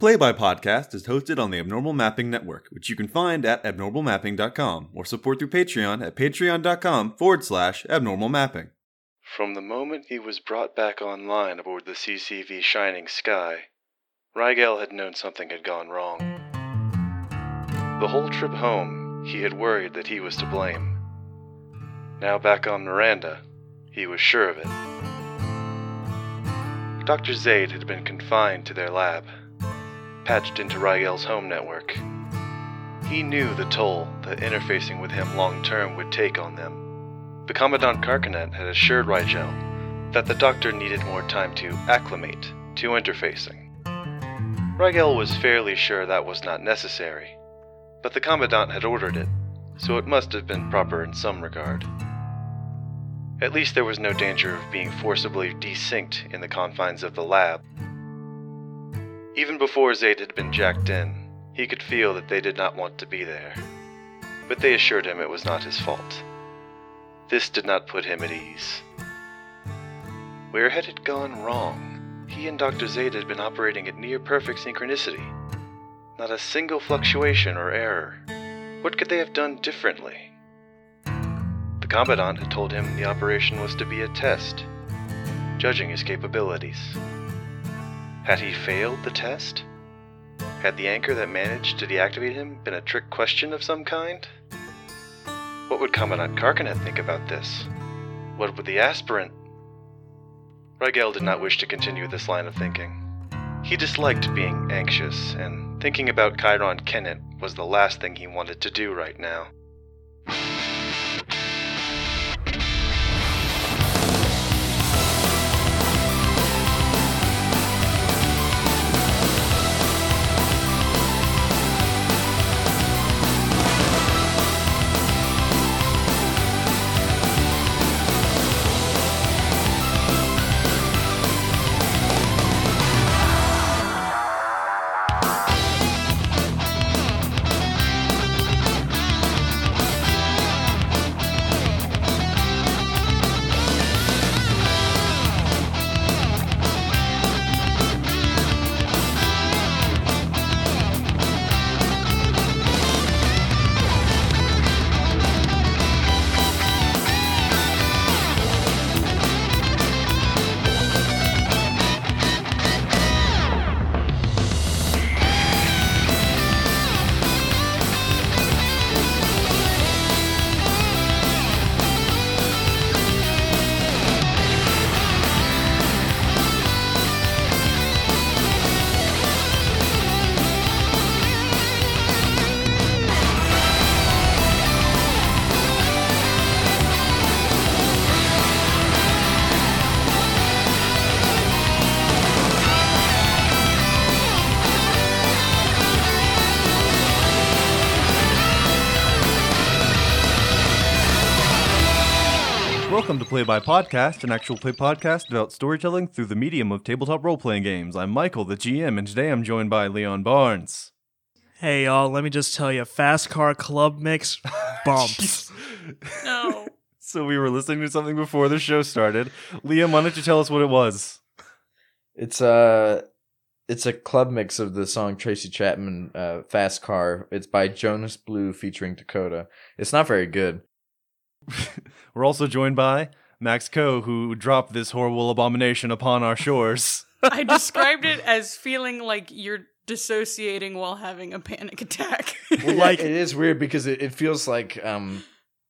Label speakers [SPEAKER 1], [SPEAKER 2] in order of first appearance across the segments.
[SPEAKER 1] Play by Podcast is hosted on the Abnormal Mapping Network, which you can find at abnormalmapping.com or support through Patreon at patreon.com forward slash abnormal mapping.
[SPEAKER 2] From the moment he was brought back online aboard the CCV Shining Sky, Rigel had known something had gone wrong. The whole trip home, he had worried that he was to blame. Now back on Miranda, he was sure of it. Dr. Zaid had been confined to their lab, patched into Rigel's home network. He knew the toll that interfacing with him long term would take on them. The Commandant Carcanet had assured Rigel that the doctor needed more time to acclimate to interfacing. Rigel was fairly sure that was not necessary, but the Commandant had ordered it, so it must have been proper in some regard. At least there was no danger of being forcibly desynced in the confines of the lab. Even before Zaid had been jacked in, he could feel that they did not want to be there. But they assured him it was not his fault. This did not put him at ease. Where had it gone wrong? He and Dr. Zaid had been operating at near perfect synchronicity. Not a single fluctuation or error. What could they have done differently? The Commandant had told him the operation was to be a test, judging his capabilities. Had he failed the test? Had the anchor that managed to deactivate him been a trick question of some kind? What would Commandant Carcanet think about this? What would the aspirant? Rigel did not wish to continue this line of thinking. He disliked being anxious, and thinking about Chiron Kennett was the last thing he wanted to do right now.
[SPEAKER 1] Welcome to Play by Podcast, an actual play podcast about storytelling through the medium of tabletop role playing games. I'm Michael, the GM, and today I'm joined by Leon Barnes.
[SPEAKER 3] Hey y'all, let me just tell you, fast car club mix bumps.
[SPEAKER 4] No.
[SPEAKER 1] So we were listening to something before the show started. Liam, why don't you tell us what it was?
[SPEAKER 5] It's a it's a club mix of the song Tracy Chapman uh, "Fast Car." It's by Jonas Blue featuring Dakota. It's not very good.
[SPEAKER 1] We're also joined by Max Coe, who dropped this horrible abomination upon our shores.
[SPEAKER 4] I described it as feeling like you're dissociating while having a panic attack.
[SPEAKER 3] like-
[SPEAKER 5] it is weird because it, it feels like um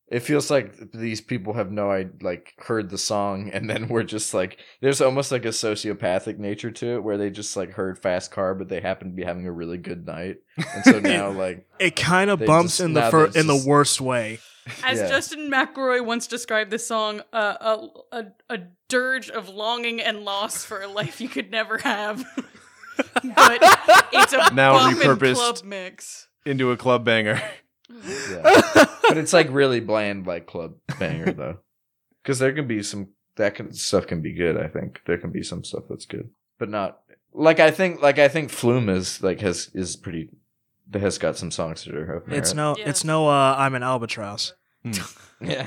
[SPEAKER 5] it feels like these people have no I like heard the song and then we're just like there's almost like a sociopathic nature to it where they just like heard "Fast Car" but they happen to be having a really good night and so now like
[SPEAKER 3] it kind of
[SPEAKER 5] They
[SPEAKER 3] bumps
[SPEAKER 5] just-
[SPEAKER 3] in the
[SPEAKER 5] now
[SPEAKER 3] fir-
[SPEAKER 5] they
[SPEAKER 3] in the
[SPEAKER 5] just-
[SPEAKER 3] worst way.
[SPEAKER 4] As
[SPEAKER 5] Yeah.
[SPEAKER 4] Justin McElroy once described the song, uh, a, a, a dirge of longing and loss for a life you could never have. but it's a
[SPEAKER 1] Now
[SPEAKER 4] bomb and
[SPEAKER 1] repurposed.
[SPEAKER 4] club mix.
[SPEAKER 1] Into a club banger.
[SPEAKER 5] yeah. but it's like really bland like club banger though because there can be some that can stuff can be good i think there can be some stuff that's good but not like i think like i think flume is like has is pretty that has got some songs that are of merit.
[SPEAKER 3] It's no,
[SPEAKER 4] Yeah.
[SPEAKER 3] it's no. Uh, I'm an albatross.
[SPEAKER 5] yeah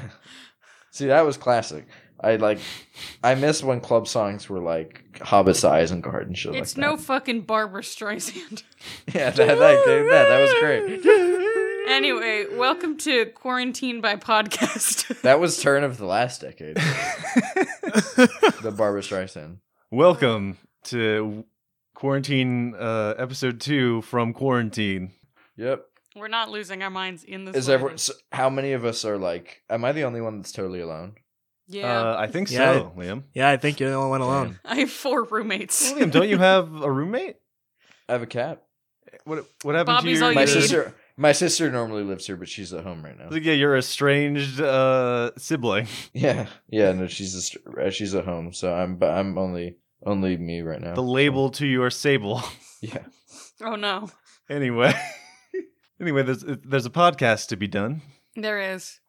[SPEAKER 5] see that was classic I like I miss when club songs were like Hobbit size and garden shit.
[SPEAKER 6] It's
[SPEAKER 5] like
[SPEAKER 6] no
[SPEAKER 5] that.
[SPEAKER 6] fucking Barbara Streisand.
[SPEAKER 5] yeah, that, that, that, that was great.
[SPEAKER 6] anyway, welcome to Quarantine by Podcast.
[SPEAKER 5] That was turn of the last decade. the Barbara Streisand.
[SPEAKER 1] Welcome to quarantine uh, episode two from quarantine.
[SPEAKER 5] Yep.
[SPEAKER 6] We're not losing our minds in this.
[SPEAKER 5] Is everyone? So how many of us are like? Am I the only one that's totally alone?
[SPEAKER 6] Yeah,
[SPEAKER 1] Uh, I think so,
[SPEAKER 3] Yeah.
[SPEAKER 1] Liam.
[SPEAKER 3] Yeah, I think you're the only one alone.
[SPEAKER 6] I have four roommates.
[SPEAKER 1] Liam, don't you have a roommate?
[SPEAKER 5] I have a cat.
[SPEAKER 1] What what happened
[SPEAKER 6] Bobby's
[SPEAKER 1] to
[SPEAKER 6] all
[SPEAKER 1] your
[SPEAKER 6] you
[SPEAKER 5] My
[SPEAKER 6] need.
[SPEAKER 5] sister. My sister normally lives here, but she's at home right now.
[SPEAKER 1] Yeah, your estranged uh, sibling.
[SPEAKER 5] Yeah, yeah. No, she's a, str- uh, she's at home, so I'm but I'm only only me right now.
[SPEAKER 1] The label to your sable.
[SPEAKER 5] Yeah.
[SPEAKER 6] Oh no,
[SPEAKER 1] anyway, anyway, there's there's a podcast to be done.
[SPEAKER 6] there is.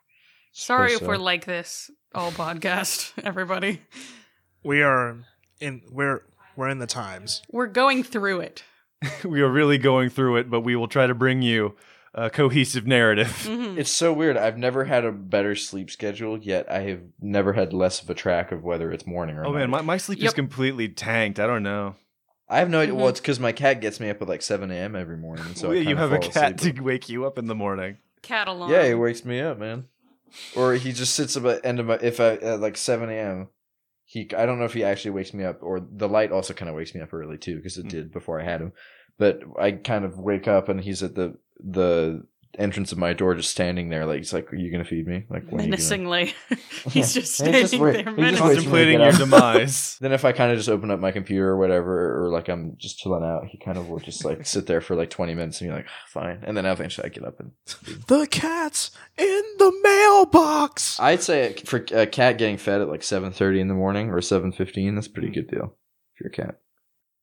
[SPEAKER 6] Sorry if
[SPEAKER 5] Suppose
[SPEAKER 6] we're
[SPEAKER 5] so.
[SPEAKER 6] like this all podcast, everybody.
[SPEAKER 3] We are in we're we're in the times.
[SPEAKER 6] We're going through it.
[SPEAKER 1] we are really going through it, but we will try to bring you a cohesive narrative.
[SPEAKER 6] Mhm.
[SPEAKER 5] It's so weird. I've never had a better sleep schedule yet. I have never had less of a track of whether it's morning or.
[SPEAKER 1] Oh man, my,
[SPEAKER 5] night.
[SPEAKER 1] my sleep is
[SPEAKER 6] Yep.
[SPEAKER 1] completely tanked. I don't know.
[SPEAKER 5] I have no idea. Well,
[SPEAKER 6] Mhm.
[SPEAKER 5] it's because my cat gets me up at like seven a.m. every morning. So I
[SPEAKER 1] Mm-hmm. Oh, Yeah, you
[SPEAKER 5] kinda
[SPEAKER 1] have a
[SPEAKER 5] fall
[SPEAKER 1] cat
[SPEAKER 5] asleep.
[SPEAKER 1] to wake you up in the morning.
[SPEAKER 6] Catalan.
[SPEAKER 5] Yeah, he wakes me up, man. Or he just sits up at end of my if I at like seven a.m. He I don't know if he actually wakes me up or the light also kind of wakes me up early too because it
[SPEAKER 1] Mm.
[SPEAKER 5] did before I had him. But I kind of wake up and he's at the the entrance of my door just standing there like he's like are you gonna feed me like when are you gonna-"
[SPEAKER 6] menacingly. He's just
[SPEAKER 5] Yeah, he's
[SPEAKER 6] standing
[SPEAKER 5] just
[SPEAKER 6] there
[SPEAKER 5] wait- he's just
[SPEAKER 6] menacingly.
[SPEAKER 5] waiting for me to
[SPEAKER 1] Contemplating your
[SPEAKER 5] get up.
[SPEAKER 1] demise.
[SPEAKER 5] Then if I kind of just open up my computer or whatever, or like I'm just chilling out, he kind of will just like sit there for like 20 minutes and be like, fine. And then eventually I get up and
[SPEAKER 3] The cat's in the mailbox.
[SPEAKER 5] I'd say for a cat getting fed at like 7:30 in the morning or 7:15, that's a pretty good deal for your cat.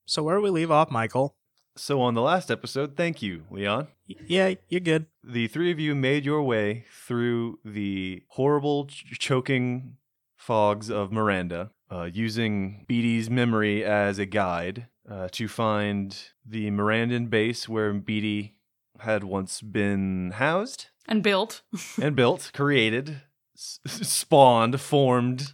[SPEAKER 3] So where do we leave off, Michael?
[SPEAKER 1] so on the last episode, thank you, Leon.
[SPEAKER 3] Y- Yeah, you're good.
[SPEAKER 1] The three of you made your way through the horrible, ch- choking fogs of Miranda, uh, using Beatty's memory as a guide uh, to find the Mirandan base where Beatty had once been housed
[SPEAKER 6] and built.
[SPEAKER 1] and built, created, s- spawned, formed,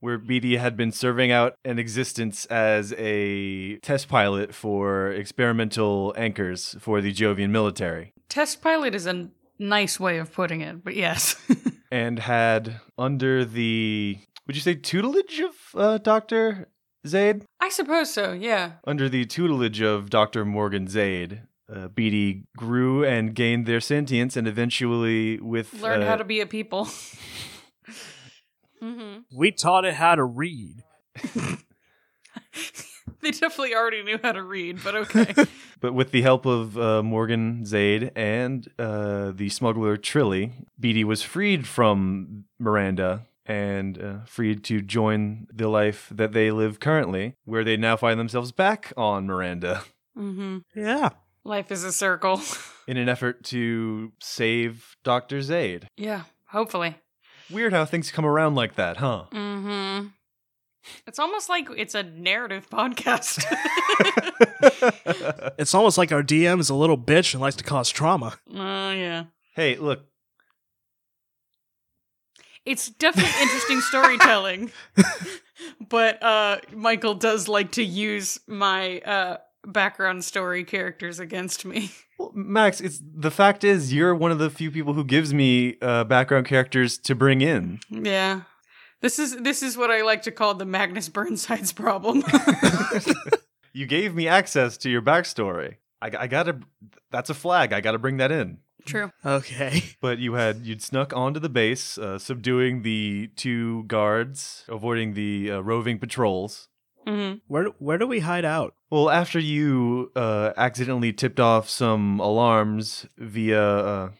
[SPEAKER 1] where Beatty had been serving out an existence as a test pilot for experimental anchors for the Jovian military.
[SPEAKER 6] Test pilot is a n- nice way of putting it, but yes.
[SPEAKER 1] and had under the would you say tutelage of uh, Doctor Zaid?
[SPEAKER 6] I suppose so, yeah.
[SPEAKER 1] Under the tutelage of Doctor Morgan Zaid, uh, Beatty grew and gained their sentience, and eventually with
[SPEAKER 6] Learn
[SPEAKER 1] uh,
[SPEAKER 6] how to be a people. hmm
[SPEAKER 3] We taught it how to read.
[SPEAKER 6] They definitely already knew how to read, but okay.
[SPEAKER 1] but with the help of uh, Morgan Zaid and uh, the smuggler Trilly, Beatty was freed from Miranda and uh, freed to join the life that they live currently, where they now find themselves back on Miranda.
[SPEAKER 6] hmm
[SPEAKER 3] Yeah.
[SPEAKER 6] Life is a circle.
[SPEAKER 1] in an effort to save Dr. Zaid.
[SPEAKER 6] Yeah, hopefully.
[SPEAKER 1] Weird how things come around like that, huh?
[SPEAKER 6] hmm It's almost like it's a narrative podcast.
[SPEAKER 3] It's almost like our DM is a little bitch and likes to cause trauma.
[SPEAKER 6] Oh, yeah.
[SPEAKER 1] hey, look,
[SPEAKER 6] It's definitely interesting storytelling. but uh Michael does like to use my uh background story characters against me.
[SPEAKER 1] well, Max, it's the fact is you're one of the few people who gives me uh, background characters to bring in.
[SPEAKER 6] Yeah. This is this is what I like to call the Magnus Burnside's problem.
[SPEAKER 1] you gave me access to your backstory. I, I gotta, that's a flag. I gotta bring that in.
[SPEAKER 6] True.
[SPEAKER 3] Okay.
[SPEAKER 1] But you had you'd snuck onto the base, uh, subduing the two guards, avoiding the uh, roving patrols.
[SPEAKER 6] hmm
[SPEAKER 3] Where where do we hide out?
[SPEAKER 1] Well, after you uh, accidentally tipped off some alarms via uh,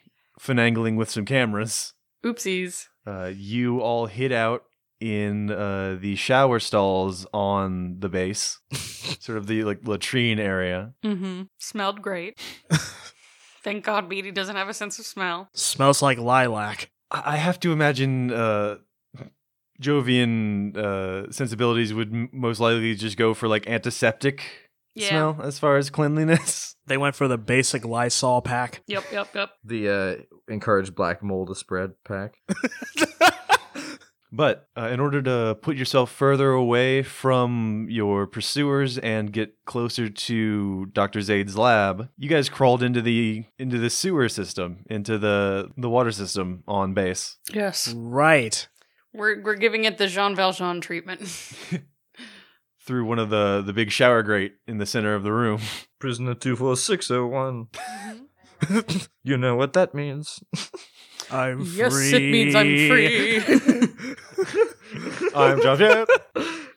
[SPEAKER 1] finagling with some cameras,
[SPEAKER 6] Oopsies.
[SPEAKER 1] uh, you all hid out in uh, the shower stalls on the base, sort of the like latrine area.
[SPEAKER 6] Mm-hmm. Smelled great. Thank God Beatty doesn't have a sense of smell.
[SPEAKER 3] Smells like lilac.
[SPEAKER 1] I, I have to imagine uh, Jovian uh, sensibilities would m- most likely just go for like antiseptic
[SPEAKER 6] Yeah.
[SPEAKER 1] smell as far as cleanliness.
[SPEAKER 3] They went for the basic Lysol pack.
[SPEAKER 6] Yep, yep, yep.
[SPEAKER 5] The uh encourage black mole to spread pack.
[SPEAKER 1] But uh, in order to put yourself further away from your pursuers and get closer to Dr. Zaid's lab, you guys crawled into the into the sewer system, into the the water system on base.
[SPEAKER 4] Yes.
[SPEAKER 3] Right.
[SPEAKER 4] We're we're giving it the Jean Valjean treatment.
[SPEAKER 1] Through one of the the big shower grate in the center of the room.
[SPEAKER 5] Prisoner 24601. you know what that means.
[SPEAKER 3] I'm
[SPEAKER 4] yes,
[SPEAKER 3] free.
[SPEAKER 4] it means I'm free.
[SPEAKER 1] I'm John Jett.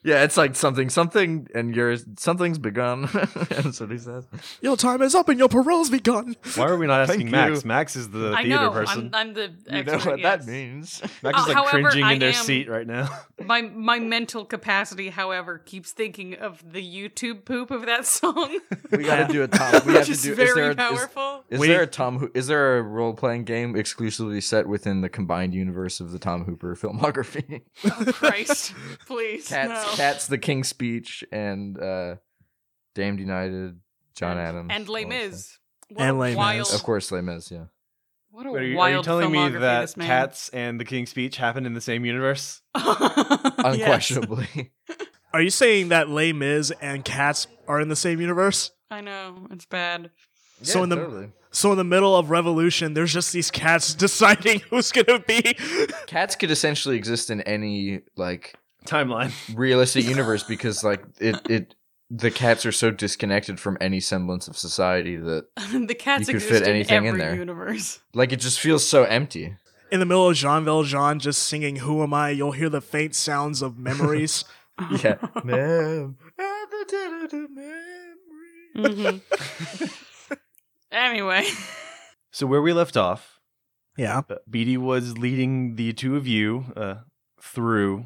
[SPEAKER 5] yeah, it's like something, something, and yours, something's begun. That's what he says.
[SPEAKER 3] Your time is up and your parole's begun.
[SPEAKER 1] Why are we not asking
[SPEAKER 5] Thank
[SPEAKER 1] Max?
[SPEAKER 5] you.
[SPEAKER 1] Max is the
[SPEAKER 4] I
[SPEAKER 1] theater
[SPEAKER 4] know.
[SPEAKER 1] person.
[SPEAKER 4] I'm, I'm the
[SPEAKER 5] You
[SPEAKER 4] expert.
[SPEAKER 5] know what
[SPEAKER 4] yes.
[SPEAKER 5] that means.
[SPEAKER 1] Max is
[SPEAKER 4] Uh,
[SPEAKER 1] like
[SPEAKER 4] however,
[SPEAKER 1] cringing
[SPEAKER 4] I
[SPEAKER 1] in their
[SPEAKER 4] am-
[SPEAKER 1] seat right now.
[SPEAKER 4] My my mental capacity, however, keeps thinking of the YouTube poop of that song,
[SPEAKER 5] We got to do a Tom. We have
[SPEAKER 4] which
[SPEAKER 5] to
[SPEAKER 4] is
[SPEAKER 5] do. Is
[SPEAKER 4] very
[SPEAKER 5] there, a, is,
[SPEAKER 4] powerful.
[SPEAKER 5] is
[SPEAKER 3] We-
[SPEAKER 5] there a Tom? Ho- Is there a role playing game exclusively set within the combined universe of the Tom Hooper filmography?
[SPEAKER 4] Oh, Christ, please.
[SPEAKER 5] Cats,
[SPEAKER 4] no.
[SPEAKER 5] Cats, The King's Speech, and uh, Damned United, John
[SPEAKER 4] And-
[SPEAKER 5] Adams,
[SPEAKER 4] and Les
[SPEAKER 5] all that stuff.
[SPEAKER 4] Mis. What
[SPEAKER 3] And
[SPEAKER 4] a
[SPEAKER 3] Les Mis.
[SPEAKER 4] wild,
[SPEAKER 5] Of course, Les Mis. Yeah.
[SPEAKER 4] What a
[SPEAKER 1] Wait, are, you, are you
[SPEAKER 4] wild
[SPEAKER 1] telling me
[SPEAKER 4] filmography
[SPEAKER 1] that
[SPEAKER 4] this man.
[SPEAKER 1] Cats and The King's Speech happened in the same universe?
[SPEAKER 4] Yes.
[SPEAKER 5] unquestionably.
[SPEAKER 3] Are you saying that Les Mis and Cats are in the same universe?
[SPEAKER 4] I know it's bad.
[SPEAKER 3] So in the- So in the middle of Revolution, there's just these cats deciding who's gonna be.
[SPEAKER 5] cats could essentially exist in any like
[SPEAKER 1] Timeline.
[SPEAKER 5] realistic universe because like it it the cats are so disconnected from any semblance of society that
[SPEAKER 4] the cats
[SPEAKER 5] You could
[SPEAKER 4] exist
[SPEAKER 5] fit
[SPEAKER 4] in
[SPEAKER 5] anything in
[SPEAKER 4] every
[SPEAKER 5] there.
[SPEAKER 4] universe.
[SPEAKER 5] like it just feels so empty.
[SPEAKER 3] In the middle of Jean Valjean just singing "Who Am I," you'll hear the faint sounds of memories.
[SPEAKER 5] Yeah.
[SPEAKER 4] Mhm. Mm-hmm. anyway,
[SPEAKER 1] So where we left off,
[SPEAKER 3] yeah.
[SPEAKER 1] uh, BD was leading the two of you uh, through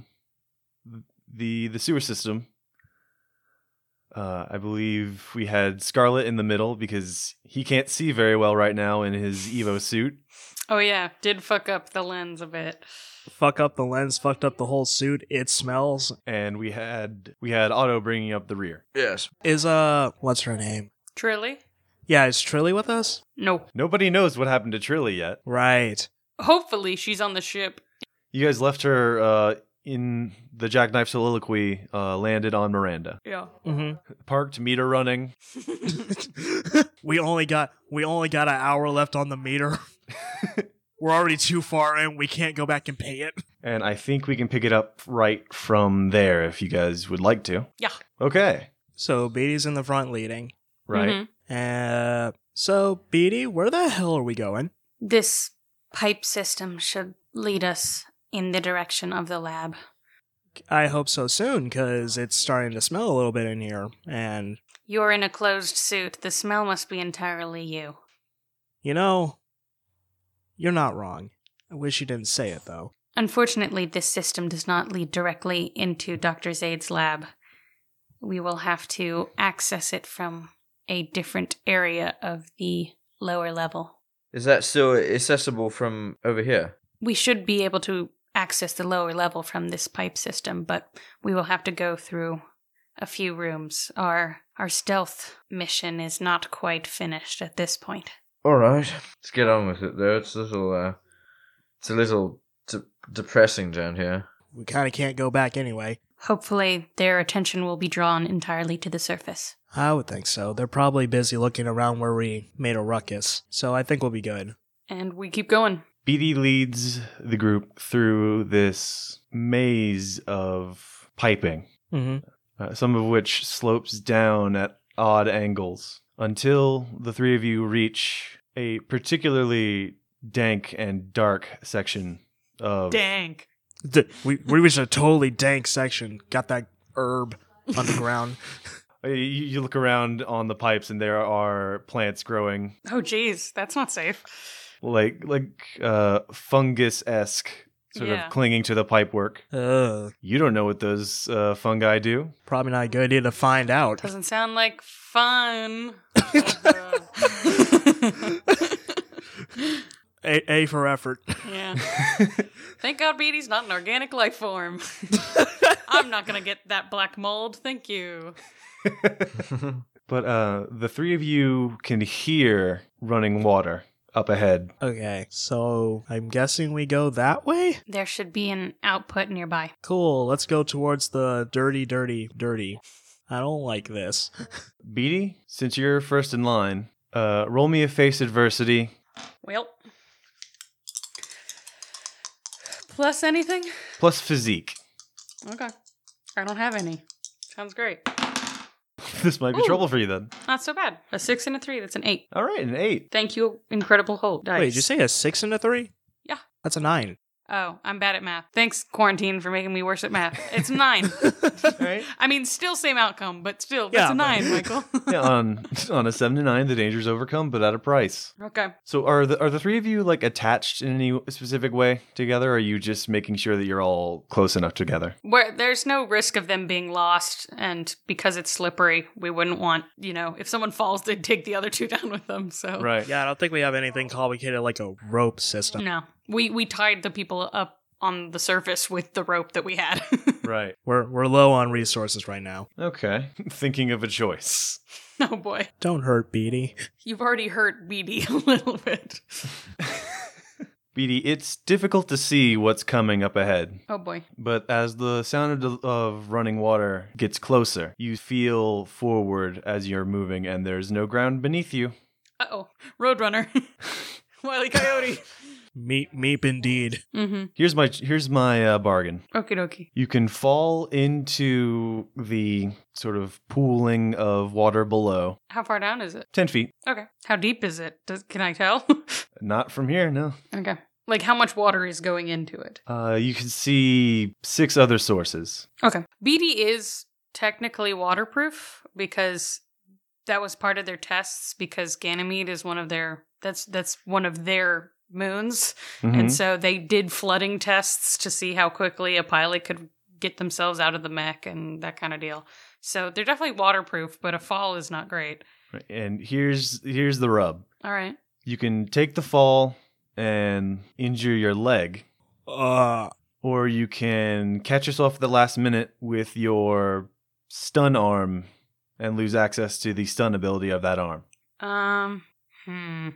[SPEAKER 1] the the sewer system. Uh, I believe we had Scarlet in the middle because he can't see very well right now in his Evo suit.
[SPEAKER 4] oh yeah, did fuck up the lens a bit.
[SPEAKER 3] Fuck up the lens. Fucked up the whole suit. It smells.
[SPEAKER 1] and we had we had Otto bringing up the rear.
[SPEAKER 5] yes.
[SPEAKER 3] Is uh, what's her name?
[SPEAKER 4] Trilly?
[SPEAKER 3] Yeah, is Trilly with us?
[SPEAKER 4] No.
[SPEAKER 1] Nobody knows what happened to Trilly yet.
[SPEAKER 3] Right.
[SPEAKER 4] Hopefully she's on the ship.
[SPEAKER 1] You guys left her uh, in the jackknife soliloquy, uh, landed on Miranda,
[SPEAKER 4] Yeah.
[SPEAKER 3] Mm-hmm.
[SPEAKER 1] parked meter running.
[SPEAKER 3] we only got we only got an hour left on the meter. We're already too far in. We can't go back and pay it.
[SPEAKER 1] And I think we can pick it up right from there if you guys would like to.
[SPEAKER 4] Yeah.
[SPEAKER 1] Okay.
[SPEAKER 3] So Beatty's in the front leading.
[SPEAKER 1] Right.
[SPEAKER 6] Mm-hmm.
[SPEAKER 4] Mhm.
[SPEAKER 3] Uh, so Beatty, where the hell are we going?
[SPEAKER 6] This pipe system should lead us in the direction of the lab.
[SPEAKER 3] I hope so soon, cause it's starting to smell a little bit in here. And
[SPEAKER 6] You're in a closed suit. The smell must be entirely you.
[SPEAKER 3] you know, you're not wrong. I wish you didn't say it though.
[SPEAKER 6] Unfortunately, this system does not lead directly into Dr. Zaid's lab. We will have to access it from a different area of the lower level.
[SPEAKER 5] Is that still accessible from over here?
[SPEAKER 6] We should be able to access the lower level from this pipe system, but we will have to go through a few rooms. Our our stealth mission is not quite finished at this point.
[SPEAKER 5] All right. Let's get on with it though. It's a little uh it's a little de- depressing down here.
[SPEAKER 3] We kind of can't go back anyway.
[SPEAKER 6] Hopefully, their attention will be drawn entirely to the surface.
[SPEAKER 3] I would think so. They're probably busy looking around where we made a ruckus, so I think we'll be good.
[SPEAKER 4] And we keep going.
[SPEAKER 1] BD leads the group through this maze of piping.
[SPEAKER 3] Mm-hmm.
[SPEAKER 1] uh, some of which slopes down at odd angles until the three of you reach a particularly dank and dark section of
[SPEAKER 4] Dank.
[SPEAKER 3] we we reached a totally dank section. Got that herb underground.
[SPEAKER 1] Uh, you, you look around on the pipes and there are plants growing
[SPEAKER 4] Oh jeez, that's not safe.
[SPEAKER 1] like like uh fungus-esque sort
[SPEAKER 4] Yeah.
[SPEAKER 1] of clinging to the pipework
[SPEAKER 3] Ugh,
[SPEAKER 1] you don't know what those uh, fungi do
[SPEAKER 3] probably not a good idea to find out.
[SPEAKER 4] Doesn't sound like fun.
[SPEAKER 3] A, a for effort.
[SPEAKER 4] yeah. Thank God Beatty's not an organic life form. I'm not gonna get that black mold, thank you.
[SPEAKER 1] but uh the three of you can hear running water up ahead.
[SPEAKER 3] Okay, so I'm guessing we go that way?
[SPEAKER 6] There should be an output nearby.
[SPEAKER 3] Cool, let's go towards the dirty, dirty, dirty. I don't like this.
[SPEAKER 1] Beatty, since you're first in line, uh, roll me a face adversity.
[SPEAKER 4] Well. Plus anything?
[SPEAKER 1] Plus physique.
[SPEAKER 4] Okay. I don't have any. Sounds great.
[SPEAKER 1] This might be
[SPEAKER 4] Ooh.
[SPEAKER 1] trouble for you then.
[SPEAKER 6] Not so bad. A six and a three, that's an eight.
[SPEAKER 1] All right, an eight.
[SPEAKER 6] Thank you, incredible hope. Dice.
[SPEAKER 3] Wait, did you say a six and a three?
[SPEAKER 6] Yeah.
[SPEAKER 3] That's a nine.
[SPEAKER 6] Oh, I'm bad at math. Thanks, quarantine, for making me worse at math. It's a nine.
[SPEAKER 1] Right?
[SPEAKER 6] I mean, still same outcome, but still, that's
[SPEAKER 3] Yeah,
[SPEAKER 6] a nine, Michael.
[SPEAKER 3] but-
[SPEAKER 1] yeah, on on a seven to nine, the danger's overcome, but at a price.
[SPEAKER 4] Okay.
[SPEAKER 1] So are the are the three of you like attached in any specific way together? Or are you just making sure that you're all close enough together?
[SPEAKER 6] Where there's no risk of them being lost, and because it's slippery, we wouldn't want, you know, if someone falls, they'd take the other two down with them. So
[SPEAKER 1] Right.
[SPEAKER 3] Yeah, I don't think we have anything complicated like a rope system.
[SPEAKER 6] no, we we tied the people up on the surface with the rope that we had.
[SPEAKER 1] Right.
[SPEAKER 3] We're we're low on resources right now.
[SPEAKER 1] Okay. Thinking of a choice.
[SPEAKER 6] oh boy,
[SPEAKER 3] Don't hurt Beatty.
[SPEAKER 6] you've already hurt Beady a little bit.
[SPEAKER 1] Beatty, it's difficult to see what's coming up ahead.
[SPEAKER 6] Oh boy,
[SPEAKER 1] But as the sound of, of running water gets closer, you feel forward as you're moving, and there's no ground beneath you.
[SPEAKER 6] uh oh, Roadrunner, Wiley Coyote.
[SPEAKER 3] Meep meep indeed.
[SPEAKER 6] mm-hmm.
[SPEAKER 1] Here's my here's my uh, bargain.
[SPEAKER 6] Okie dokie.
[SPEAKER 1] You can fall into the sort of pooling of water below,
[SPEAKER 6] How far down is it?
[SPEAKER 1] ten feet.
[SPEAKER 6] Okay. How deep is it? Does, can I tell?
[SPEAKER 1] Not from here, no.
[SPEAKER 6] okay. Like how much water is going into it?
[SPEAKER 1] Uh, you can see six other sources.
[SPEAKER 6] Okay. BD is technically waterproof because that was part of their tests because Ganymede is one of their that's that's one of their moons. And
[SPEAKER 1] Mhm.
[SPEAKER 6] so they did flooding tests to see how quickly a pilot could get themselves out of the mech and that kind of deal. So they're definitely waterproof, but a fall is not great.
[SPEAKER 1] and here's here's the rub.
[SPEAKER 6] All right.
[SPEAKER 1] You can take the fall and injure your leg.
[SPEAKER 3] Uh
[SPEAKER 1] or you can catch yourself at the last minute with your stun arm and lose access to the stun ability of that arm.
[SPEAKER 6] Um hmm.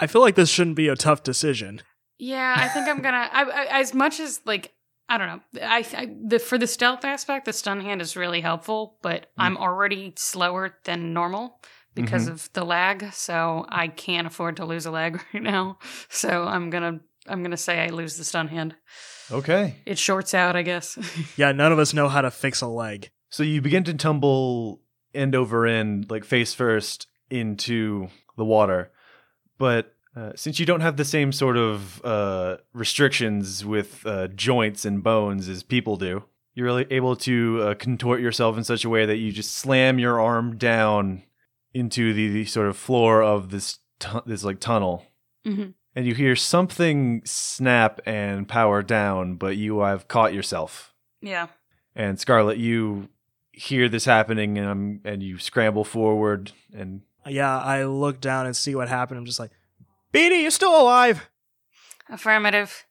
[SPEAKER 3] I feel like this shouldn't be a tough decision.
[SPEAKER 6] Yeah, I think I'm gonna. I, I, as much as like I don't know. I, I the for the stealth aspect, the stun hand is really helpful, but I'm already slower than normal because of the lag, so I can't afford to lose a leg right now. So I'm gonna I'm gonna say I lose the stun hand.
[SPEAKER 1] Okay.
[SPEAKER 6] It shorts out, I guess.
[SPEAKER 3] Yeah, none of us know how to fix a leg.
[SPEAKER 1] So you begin to tumble end over end, like face first, into the water. But uh, since you don't have the same sort of uh, restrictions with uh, joints and bones as people do, you're really able to uh, contort yourself in such a way that you just slam your arm down into the, the sort of floor of this tu- this like tunnel,
[SPEAKER 6] Mhm.
[SPEAKER 1] and you hear something snap and power down, but you have caught yourself.
[SPEAKER 6] yeah.
[SPEAKER 1] And Scarlet, you hear this happening, and um, and you scramble forward, and
[SPEAKER 3] Yeah, I look down and see what happened. I'm just like, Beatty, you're still alive.
[SPEAKER 6] Affirmative.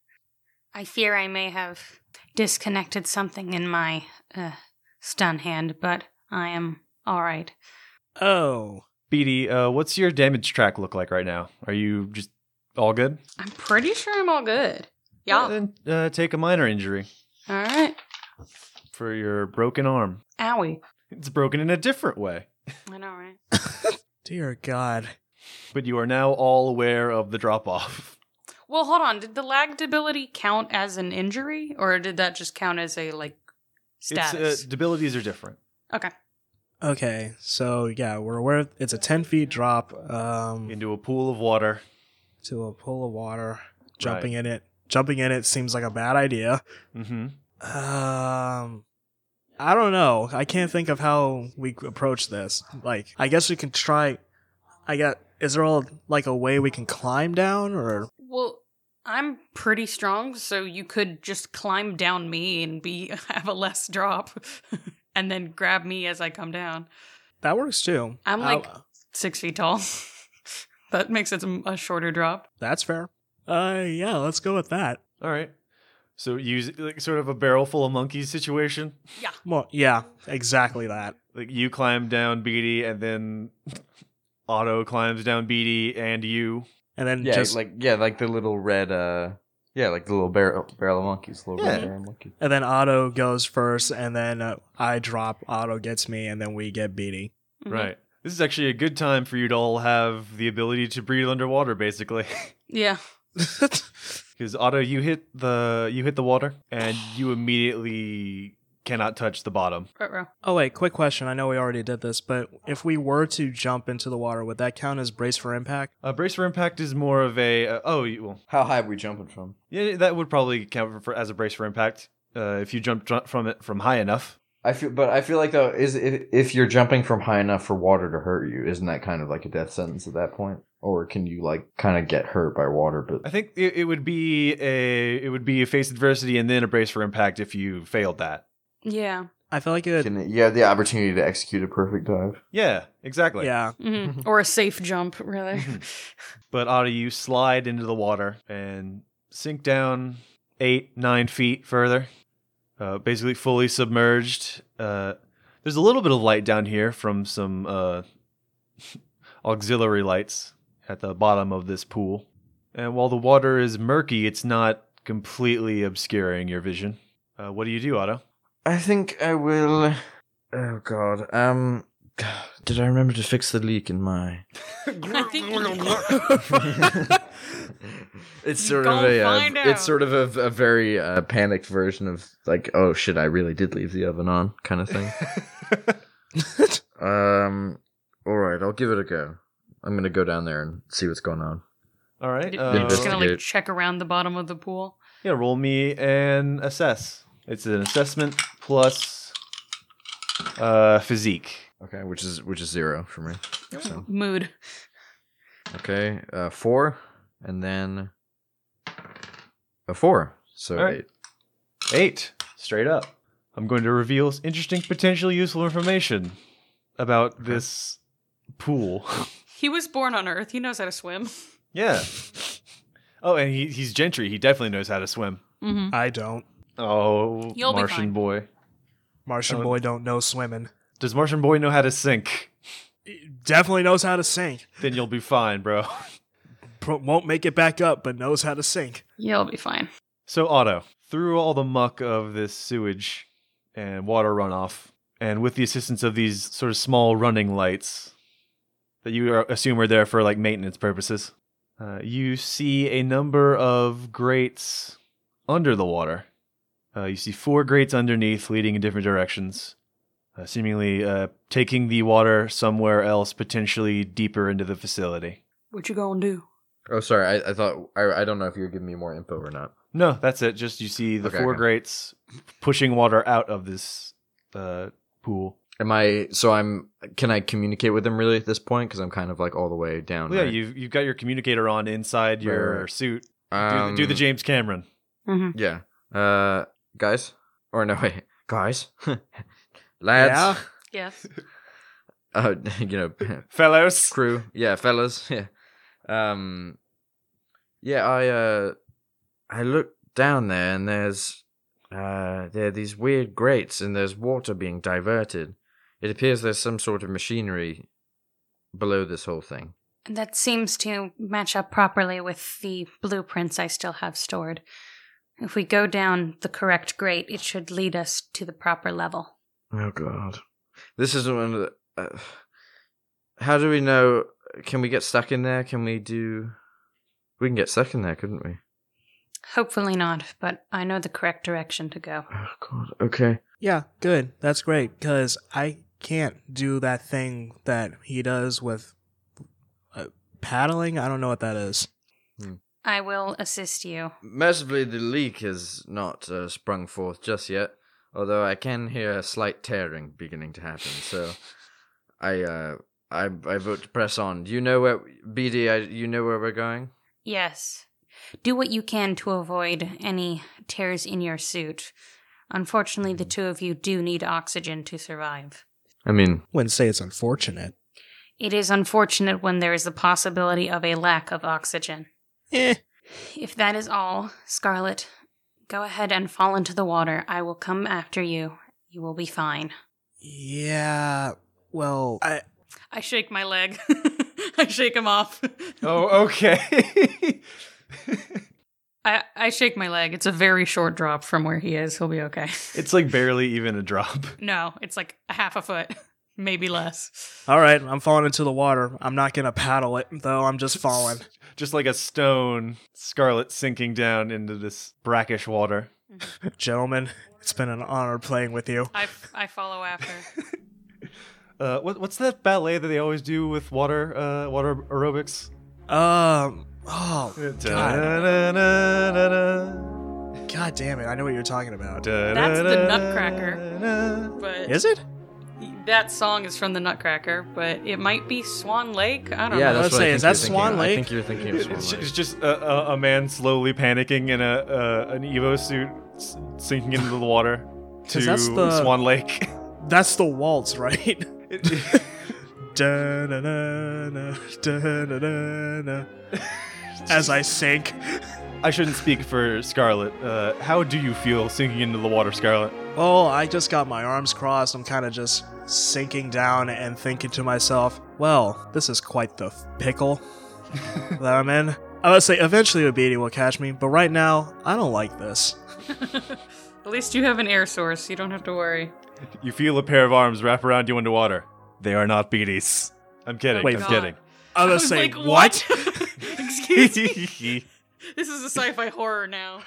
[SPEAKER 6] I fear I may have disconnected something in my uh, stun hand, but I am all right.
[SPEAKER 3] Oh.
[SPEAKER 1] Beatty, uh, what's your damage track look like right now? Are you just all good?
[SPEAKER 6] I'm pretty sure I'm all good. Yeah.
[SPEAKER 1] Then uh, take a minor injury
[SPEAKER 6] All right.
[SPEAKER 1] for your broken arm.
[SPEAKER 6] Owie.
[SPEAKER 1] It's broken in a different way,
[SPEAKER 6] I know, right?
[SPEAKER 3] Dear God.
[SPEAKER 1] but you are now all aware of the drop off.
[SPEAKER 6] Well, hold on. Did the lagged ability count as an injury, or did that just count as a like status?
[SPEAKER 1] It's, uh, debilities are different.
[SPEAKER 3] Okay, so yeah, we're aware it's a 10 feet drop um,
[SPEAKER 1] Into a pool of water.
[SPEAKER 3] to a pool of water. Jumping in it. Jumping in it seems like a bad idea.
[SPEAKER 1] Mm-hmm.
[SPEAKER 3] Um, I don't know. I can't think of how we approach this. Like, I guess we can try. I got. Is there all like a way we can climb down, or
[SPEAKER 6] well, I'm pretty strong, so you could just climb down me and be have a less drop, and then grab me as I come down.
[SPEAKER 3] that works too?
[SPEAKER 6] I'm
[SPEAKER 3] Uh,
[SPEAKER 6] like- Six feet tall. that makes it a shorter drop.
[SPEAKER 3] that's fair. Uh, yeah, let's go with that.
[SPEAKER 1] All right. So use like sort of a barrel full of monkeys situation.
[SPEAKER 3] More, yeah, exactly that.
[SPEAKER 1] like you climb down Beatty and then Otto climbs down Beatty and you.
[SPEAKER 3] and then
[SPEAKER 5] Yeah,
[SPEAKER 3] just
[SPEAKER 5] like yeah, like the little red uh yeah, like the little barrel barrel of monkeys, little red
[SPEAKER 1] Yeah.
[SPEAKER 5] barrel monkey.
[SPEAKER 3] and then Otto goes first, and then uh, I drop. Otto gets me, and then we get Beatty.
[SPEAKER 6] Mhm.
[SPEAKER 1] Right. This is actually a good time for you to all have the ability to breathe underwater, basically.
[SPEAKER 6] Yeah.
[SPEAKER 1] Because Otto, you hit the you hit the water, and you immediately cannot touch the bottom.
[SPEAKER 6] Ruh-roh.
[SPEAKER 3] oh wait, quick question. I know we already did this, but if we were to jump into the water, would that count as brace for impact?
[SPEAKER 1] Uh, brace for impact is more of a uh, oh you- well
[SPEAKER 5] How high are we jumping from?
[SPEAKER 1] yeah that would probably count for, for as a brace for impact uh, if you jump dr- from it from high enough.
[SPEAKER 5] I feel but I feel like though is if, if you're jumping from high enough for water to hurt you, isn't that kind of like a death sentence at that point? Or can you like kind of get hurt by water
[SPEAKER 1] I
[SPEAKER 5] but
[SPEAKER 1] think it, it would be a it would be face adversity and then a brace for impact if you failed that.
[SPEAKER 6] Yeah.
[SPEAKER 3] I feel like it.
[SPEAKER 5] can it, you have the opportunity to execute a perfect dive?
[SPEAKER 1] Yeah, exactly.
[SPEAKER 3] yeah.
[SPEAKER 1] Mm-hmm.
[SPEAKER 6] Mhm. or a safe jump, rather.
[SPEAKER 1] But Otto, you slide into the water and sink down eight, nine feet further, uh, basically fully submerged. Uh, there's a little bit of light down here from some uh, auxiliary lights at the bottom of this pool. And while the water is murky, it's not completely obscuring your vision. Uh, what do you do, Otto?
[SPEAKER 5] I think I will Oh god. Um did I remember to fix the leak in my
[SPEAKER 4] I think
[SPEAKER 5] it's
[SPEAKER 4] You
[SPEAKER 5] sort of
[SPEAKER 4] gonna
[SPEAKER 5] a uh,
[SPEAKER 4] find out.
[SPEAKER 5] it's sort of a, a very uh, panicked version of like oh shit I really did leave the oven on kind of thing. um, all right, I'll give it a go. I'm gonna go down there and see what's going on.
[SPEAKER 1] All right.
[SPEAKER 6] You're
[SPEAKER 1] Uh,
[SPEAKER 6] just gonna like
[SPEAKER 5] Investigate.
[SPEAKER 6] check around the bottom of the pool.
[SPEAKER 1] yeah, roll me an assess. It's an assessment plus uh, physique.
[SPEAKER 5] Okay, which is which is zero for me. So
[SPEAKER 6] Mood.
[SPEAKER 5] okay, uh, four, and then a four, so
[SPEAKER 1] All right.
[SPEAKER 5] eight.
[SPEAKER 1] Eight, straight up. I'm going to reveal interesting, potentially useful information about this pool.
[SPEAKER 6] He was born on Earth. He knows how to swim.
[SPEAKER 1] yeah. Oh, and he, he's gentry. He definitely knows how to swim.
[SPEAKER 6] Mm-hmm.
[SPEAKER 3] I don't.
[SPEAKER 1] Oh,
[SPEAKER 6] You'll be
[SPEAKER 1] Martian
[SPEAKER 6] fine.
[SPEAKER 1] boy.
[SPEAKER 3] Martian
[SPEAKER 1] Oh.
[SPEAKER 3] boy don't know swimming.
[SPEAKER 1] Does Martian boy know how to sink?
[SPEAKER 3] Definitely knows how to sink.
[SPEAKER 1] Then you'll be fine, bro.
[SPEAKER 3] Pro- won't make it back up, but knows how to sink.
[SPEAKER 6] You'll be fine.
[SPEAKER 1] So, Otto, through all the muck of this sewage and water runoff, and with the assistance of these sort of small running lights that you are- assume are there for like maintenance purposes, uh, you see a number of grates under the water. Uh, you see four grates underneath leading in different directions, uh, seemingly uh, taking the water somewhere else, potentially deeper into the facility.
[SPEAKER 6] What you gonna do?
[SPEAKER 5] Oh, sorry, I, I thought I, I don't know if you were giving me more info or not.
[SPEAKER 1] No, that's it. Just you see the
[SPEAKER 5] Okay,
[SPEAKER 1] four
[SPEAKER 5] okay.
[SPEAKER 1] grates pushing water out of this uh, pool.
[SPEAKER 5] Am I so I'm can I communicate with them really at this point? Because I'm kind of like all the way down.
[SPEAKER 1] yeah,
[SPEAKER 5] right?
[SPEAKER 1] you've you've got your communicator on inside your
[SPEAKER 5] Right, right.
[SPEAKER 1] suit. Do,
[SPEAKER 5] um,
[SPEAKER 1] the, do the James Cameron.
[SPEAKER 6] Mm-hmm.
[SPEAKER 5] Yeah. Uh, guys? Or no, wait. Guys? Lads?
[SPEAKER 6] Yes.
[SPEAKER 5] Uh, you know,
[SPEAKER 1] Fellows.
[SPEAKER 5] crew. Yeah, fellas. Yeah. Um, yeah, I, uh, I look down there and there's, uh, there are these weird grates and there's water being diverted. It appears there's some sort of machinery below this whole thing.
[SPEAKER 6] That seems to match up properly with the blueprints I still have stored. If we go down the correct grate, it should lead us to the proper level.
[SPEAKER 5] Oh god. This is one of the. Uh, how do we know? Can we get stuck in there? Can we do? We can get stuck in there, couldn't we?
[SPEAKER 6] Hopefully not, but I know the correct direction to go.
[SPEAKER 5] Oh god. Okay.
[SPEAKER 3] Yeah, good. That's great because I can't do that thing that he does with uh, paddling. I don't know what that is.
[SPEAKER 6] I will assist you.
[SPEAKER 5] Mercifully, the leak has not uh, sprung forth just yet. Although I can hear a slight tearing beginning to happen, so I uh, I I vote to press on. Do you know where BD? I, you know where we're going?
[SPEAKER 6] Yes. Do what you can to avoid any tears in your suit. Unfortunately, the two of you do need oxygen to survive.
[SPEAKER 5] I mean,
[SPEAKER 3] Wouldn't say it's unfortunate.
[SPEAKER 6] It is unfortunate when there is the possibility of a lack of oxygen.
[SPEAKER 3] Eh.
[SPEAKER 6] If that is all, Scarlet, go ahead and fall into the water. I will come after you. You will be fine.
[SPEAKER 3] Yeah. Well, I
[SPEAKER 6] I shake my leg.
[SPEAKER 4] I shake him off.
[SPEAKER 1] Oh, okay.
[SPEAKER 6] I, I shake my leg. It's a very short drop from where he is. He'll be okay.
[SPEAKER 1] it's like barely even a drop.
[SPEAKER 6] No, it's like a half a foot, maybe less.
[SPEAKER 3] All right, I'm falling into the water. I'm not gonna paddle it though. I'm just falling.
[SPEAKER 1] Just like a stone, Scarlet sinking down into this brackish water.
[SPEAKER 3] Gentlemen, it's been an honor playing with you.
[SPEAKER 6] I, I follow after.
[SPEAKER 1] Uh, what, what's that ballet that they always do with water, uh, water aerobics?
[SPEAKER 3] Um. Oh
[SPEAKER 1] Da-da-da-da-da-da.
[SPEAKER 3] god damn it! I know what you're talking about.
[SPEAKER 4] That's the Nutcracker.
[SPEAKER 1] Da-da-da-da-da.
[SPEAKER 4] But
[SPEAKER 3] Is it?
[SPEAKER 6] That song is from the Nutcracker, but it might be Swan Lake. I don't
[SPEAKER 3] Yeah,
[SPEAKER 6] know.
[SPEAKER 3] that's- what I think you're thinking. I
[SPEAKER 7] I
[SPEAKER 3] think
[SPEAKER 7] think you're thinking of
[SPEAKER 1] It's, it's just a, a, a man slowly panicking in a, a an Evo suit, s- sinking into the water to
[SPEAKER 3] 'Cause that's the-
[SPEAKER 1] Swan Lake.
[SPEAKER 3] That's the waltz, right?
[SPEAKER 1] It-
[SPEAKER 3] Da-na-na-na, da-na-na-na. As I sink,
[SPEAKER 1] I shouldn't speak for Scarlet. Uh, how do you feel sinking into the water, Scarlet?
[SPEAKER 3] oh, I just got my arms crossed. I'm kind of just sinking down and thinking to myself, well, this is quite the f- pickle that I'm in. I would say eventually Obedi will catch me, but right now, I don't like this.
[SPEAKER 6] At least you have an air source. You don't have to worry.
[SPEAKER 1] You feel a pair of arms wrap around you underwater. They are not beaties. I'm kidding.
[SPEAKER 3] Wait,
[SPEAKER 1] I'm
[SPEAKER 4] God.
[SPEAKER 1] kidding.
[SPEAKER 3] I
[SPEAKER 4] I
[SPEAKER 3] would
[SPEAKER 4] was
[SPEAKER 3] say,
[SPEAKER 4] like,
[SPEAKER 3] what?
[SPEAKER 4] Excuse me. This is a sci-fi horror now.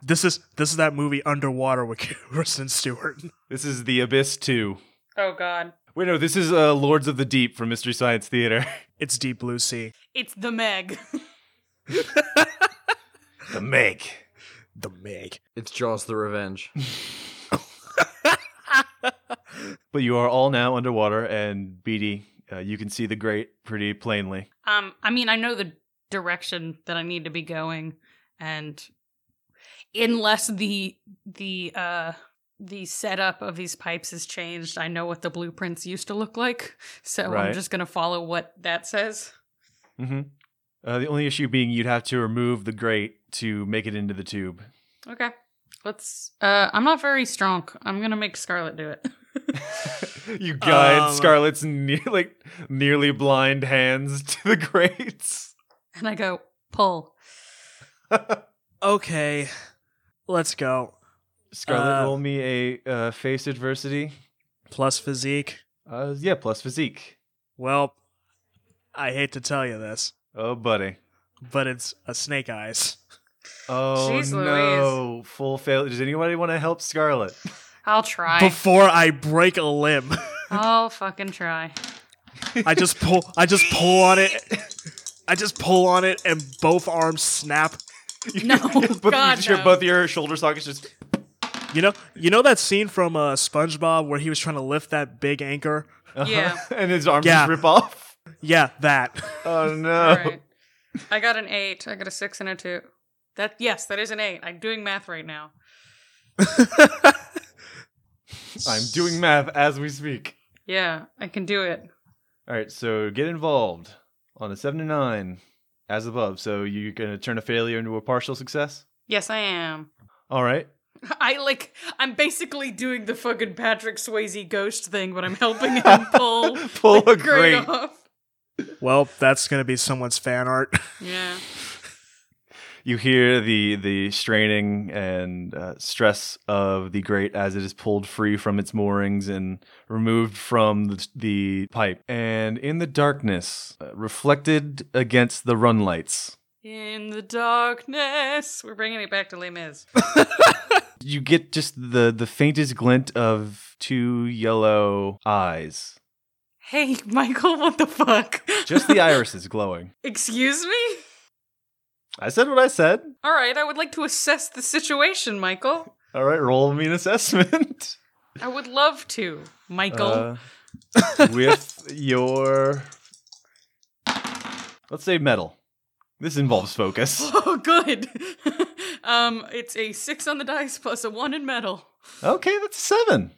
[SPEAKER 3] This is this is that movie Underwater with Kristen Stewart.
[SPEAKER 1] this is the Abyss 2.
[SPEAKER 6] Oh, God.
[SPEAKER 1] Wait, no, this is uh, Lords of the Deep from Mystery Science Theater.
[SPEAKER 3] It's Deep Blue Sea.
[SPEAKER 4] It's the Meg.
[SPEAKER 1] the Meg.
[SPEAKER 3] The Meg.
[SPEAKER 7] It's Jaws the Revenge.
[SPEAKER 1] But you are all now underwater, and Beatty, uh, you can see the grate pretty plainly.
[SPEAKER 6] Um, I mean, I know the direction that I need to be going, and unless the the uh the setup of these pipes has changed, I know what the blueprints used to look like. So
[SPEAKER 1] Right.
[SPEAKER 6] I'm just gonna follow what that says.
[SPEAKER 1] Mm-hmm. Uh, the only issue being you'd have to remove the grate to make it into the tube.
[SPEAKER 6] Okay. Let's. Uh, I'm not very strong. I'm gonna make Scarlet do it.
[SPEAKER 1] you guide
[SPEAKER 3] Um,
[SPEAKER 1] Scarlet's near, like nearly blind hands to the grates.
[SPEAKER 6] and I go pull.
[SPEAKER 3] Okay, let's go.
[SPEAKER 1] Scarlet,
[SPEAKER 3] Uh,
[SPEAKER 1] roll me a uh, face adversity.
[SPEAKER 3] Plus physique.
[SPEAKER 1] Uh, yeah, plus physique.
[SPEAKER 3] Well, I hate to tell you this,
[SPEAKER 1] Oh, buddy.
[SPEAKER 3] but it's a snake eyes.
[SPEAKER 1] Oh
[SPEAKER 6] Jeez
[SPEAKER 1] no! Full fail. Does anybody want to help Scarlet?
[SPEAKER 6] I'll try.
[SPEAKER 3] Before I break a limb,
[SPEAKER 6] I'll fucking try.
[SPEAKER 3] I just pull. I just pull on it. I just pull on it, and both arms snap.
[SPEAKER 6] No,
[SPEAKER 1] both,
[SPEAKER 6] God,
[SPEAKER 1] your,
[SPEAKER 6] no.
[SPEAKER 1] both your shoulder sockets just.
[SPEAKER 3] You know, you know that scene from uh, SpongeBob where he was trying to lift that big anchor.
[SPEAKER 1] Uh-huh.
[SPEAKER 6] Yeah.
[SPEAKER 1] and his arms
[SPEAKER 3] Yeah.
[SPEAKER 1] just rip off.
[SPEAKER 3] Yeah, that.
[SPEAKER 1] Oh
[SPEAKER 6] All
[SPEAKER 1] no!
[SPEAKER 6] right. I got an eight. I got a six and a two. That yes, that is an eight. I'm doing math right now.
[SPEAKER 1] I'm doing math as we speak.
[SPEAKER 6] Yeah, I can do it.
[SPEAKER 1] All right, so get involved on a seven to nine, as above. So you're gonna turn a failure into a partial success.
[SPEAKER 6] Yes, I am.
[SPEAKER 1] All right.
[SPEAKER 4] I like. I'm basically doing the fucking Patrick Swayze ghost thing, but I'm helping him pull
[SPEAKER 1] Pull
[SPEAKER 4] the
[SPEAKER 1] a
[SPEAKER 4] grate
[SPEAKER 1] grate.
[SPEAKER 4] off.
[SPEAKER 3] Well, that's gonna be someone's fan art.
[SPEAKER 6] Yeah.
[SPEAKER 1] You hear the the straining and uh, stress of the grate as it is pulled free from its moorings and removed from the, the pipe. And in the darkness, uh, reflected against the run lights,
[SPEAKER 6] In the darkness, we're bringing it back to Les Mis.
[SPEAKER 1] you get just the the faintest glint of two yellow eyes.
[SPEAKER 6] Hey, Michael, what the fuck?
[SPEAKER 1] Just the iris is glowing.
[SPEAKER 6] Excuse me.
[SPEAKER 1] I said what I said.
[SPEAKER 6] All right, I would like to assess the situation, Michael.
[SPEAKER 1] All right, roll me an assessment.
[SPEAKER 6] I would love to, Michael.
[SPEAKER 1] Uh, with your, let's say metal. This involves focus.
[SPEAKER 4] Oh, good. um, it's a six on the dice plus a one in metal.
[SPEAKER 1] Okay, that's a seven.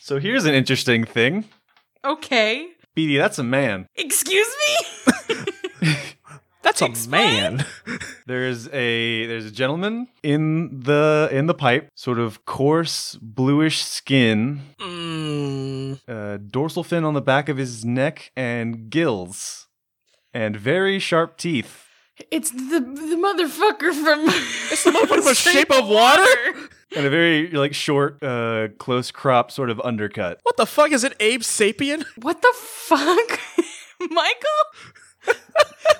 [SPEAKER 1] so here's an interesting thing,
[SPEAKER 4] Okay.
[SPEAKER 1] BD. That's a man.
[SPEAKER 4] Excuse me.
[SPEAKER 3] That's a
[SPEAKER 6] Explain?
[SPEAKER 3] man.
[SPEAKER 1] There's a there's a gentleman in the in the pipe, sort of coarse bluish skin,
[SPEAKER 3] Mm,
[SPEAKER 1] uh, dorsal fin on the back of his neck, and gills, and very sharp teeth.
[SPEAKER 6] It's the the motherfucker from It's
[SPEAKER 3] the motherfucker from Shape of Water?
[SPEAKER 1] and a very like short, uh, close crop sort of undercut.
[SPEAKER 3] what the fuck is it, Abe Sapien?
[SPEAKER 6] What the fuck? Michael?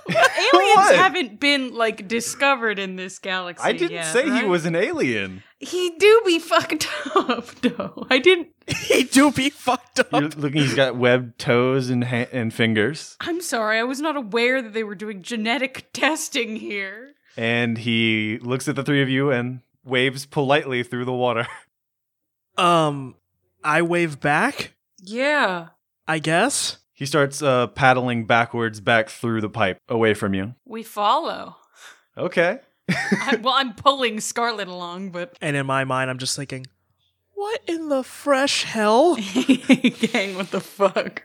[SPEAKER 6] Aliens
[SPEAKER 1] What?
[SPEAKER 6] haven't been like discovered in this galaxy.
[SPEAKER 1] I didn't
[SPEAKER 6] yet,
[SPEAKER 1] say
[SPEAKER 6] right?
[SPEAKER 1] he was an alien.
[SPEAKER 6] He do be fucked up, though. I didn't.
[SPEAKER 3] he do be fucked up.
[SPEAKER 6] Oh.
[SPEAKER 1] You're looking, he's got webbed toes and ha- and fingers,
[SPEAKER 6] I'm sorry. I was not aware that they were doing genetic testing here.
[SPEAKER 1] and he looks at the three of you and waves politely through the water.
[SPEAKER 3] Um, I wave back,
[SPEAKER 6] Yeah.
[SPEAKER 3] I guess.
[SPEAKER 1] He starts uh, paddling backwards back through the pipe away from you.
[SPEAKER 6] We follow.
[SPEAKER 1] Okay.
[SPEAKER 6] I, well, I'm pulling Scarlet along, but
[SPEAKER 3] And in my mind, I'm just thinking, what in the fresh hell?
[SPEAKER 6] gang, what the fuck?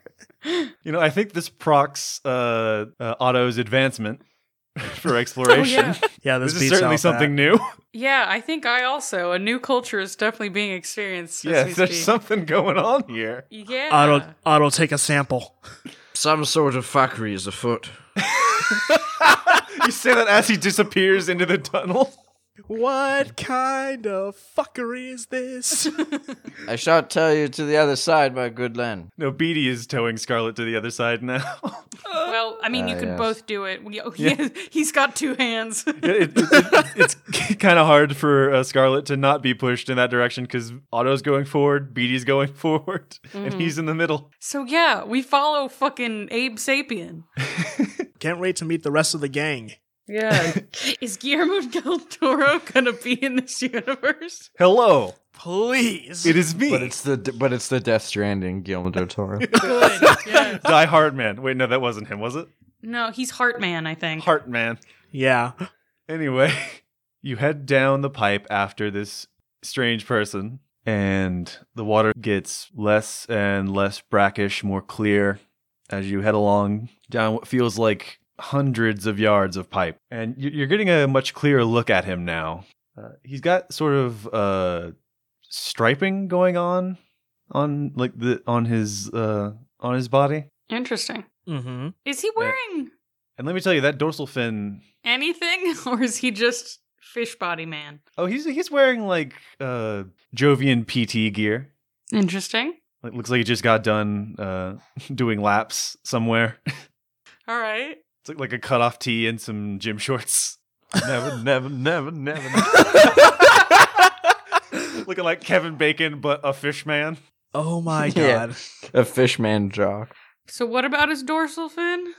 [SPEAKER 1] You know, I think this procs uh, uh, Otto's advancement for
[SPEAKER 6] Oh
[SPEAKER 1] exploration.
[SPEAKER 6] yeah,
[SPEAKER 3] Yeah, this,
[SPEAKER 1] This is
[SPEAKER 3] beats
[SPEAKER 1] certainly
[SPEAKER 3] out
[SPEAKER 1] something
[SPEAKER 3] that.
[SPEAKER 1] new.
[SPEAKER 6] yeah. I think I also a new culture is definitely being experienced. as
[SPEAKER 1] yes,
[SPEAKER 6] we
[SPEAKER 1] there's
[SPEAKER 6] speak.
[SPEAKER 1] something going on here.
[SPEAKER 6] Yeah.
[SPEAKER 3] Otto, Otto, take a sample.
[SPEAKER 5] Some sort of fuckery is afoot.
[SPEAKER 1] you say that as he disappears into the tunnel.
[SPEAKER 3] What kind of fuckery is this?
[SPEAKER 5] I shall tell you to the other side, my good land.
[SPEAKER 1] No, Beatty is towing Scarlet to the other side now.
[SPEAKER 6] well, I mean, you
[SPEAKER 5] Ah,
[SPEAKER 6] could
[SPEAKER 5] yes.
[SPEAKER 6] both do it. We, oh, he he's got two hands.
[SPEAKER 1] It- it- it- it's kind of hard for uh, Scarlet to not be pushed in that direction because Otto's going forward, Beatty's going forward, and he's in the middle.
[SPEAKER 6] so yeah, we follow fucking Abe Sapien.
[SPEAKER 3] Can't wait to meet the rest of the gang.
[SPEAKER 6] Yeah. Is Guillermo del Toro gonna be in this universe?
[SPEAKER 1] Hello,
[SPEAKER 3] Please.
[SPEAKER 1] it is me.
[SPEAKER 5] But it's the but it's the Death Stranding Guillermo del Toro.
[SPEAKER 6] Good. yes.
[SPEAKER 1] Die Hard Man. Wait, no, that wasn't him, was it?
[SPEAKER 6] No, he's Heartman, I think.
[SPEAKER 1] Heart Man.
[SPEAKER 3] yeah.
[SPEAKER 1] Anyway, you head down the pipe after this strange person, and the water gets less and less brackish, more clear as you head along down what feels like hundreds of yards of pipe. And you- you're getting a much clearer look at him now. Uh, he's got sort of uh, striping going on on like the on his uh, on his body.
[SPEAKER 8] Interesting.
[SPEAKER 3] Mm-hmm.
[SPEAKER 6] Is he wearing
[SPEAKER 1] And let me tell you that dorsal fin
[SPEAKER 6] anything, or is he just fish body man?
[SPEAKER 1] Oh, he's he's wearing like uh Jovian PT gear.
[SPEAKER 8] Interesting.
[SPEAKER 1] Like looks like he just got done uh doing laps somewhere.
[SPEAKER 6] All right.
[SPEAKER 1] It's like, like a cutoff tee and some gym shorts.
[SPEAKER 5] never, never, never, never.
[SPEAKER 1] Looking like Kevin Bacon but a fish man.
[SPEAKER 3] Oh my
[SPEAKER 5] Yeah.
[SPEAKER 3] god.
[SPEAKER 5] A fishman jock.
[SPEAKER 6] So what about his dorsal fin?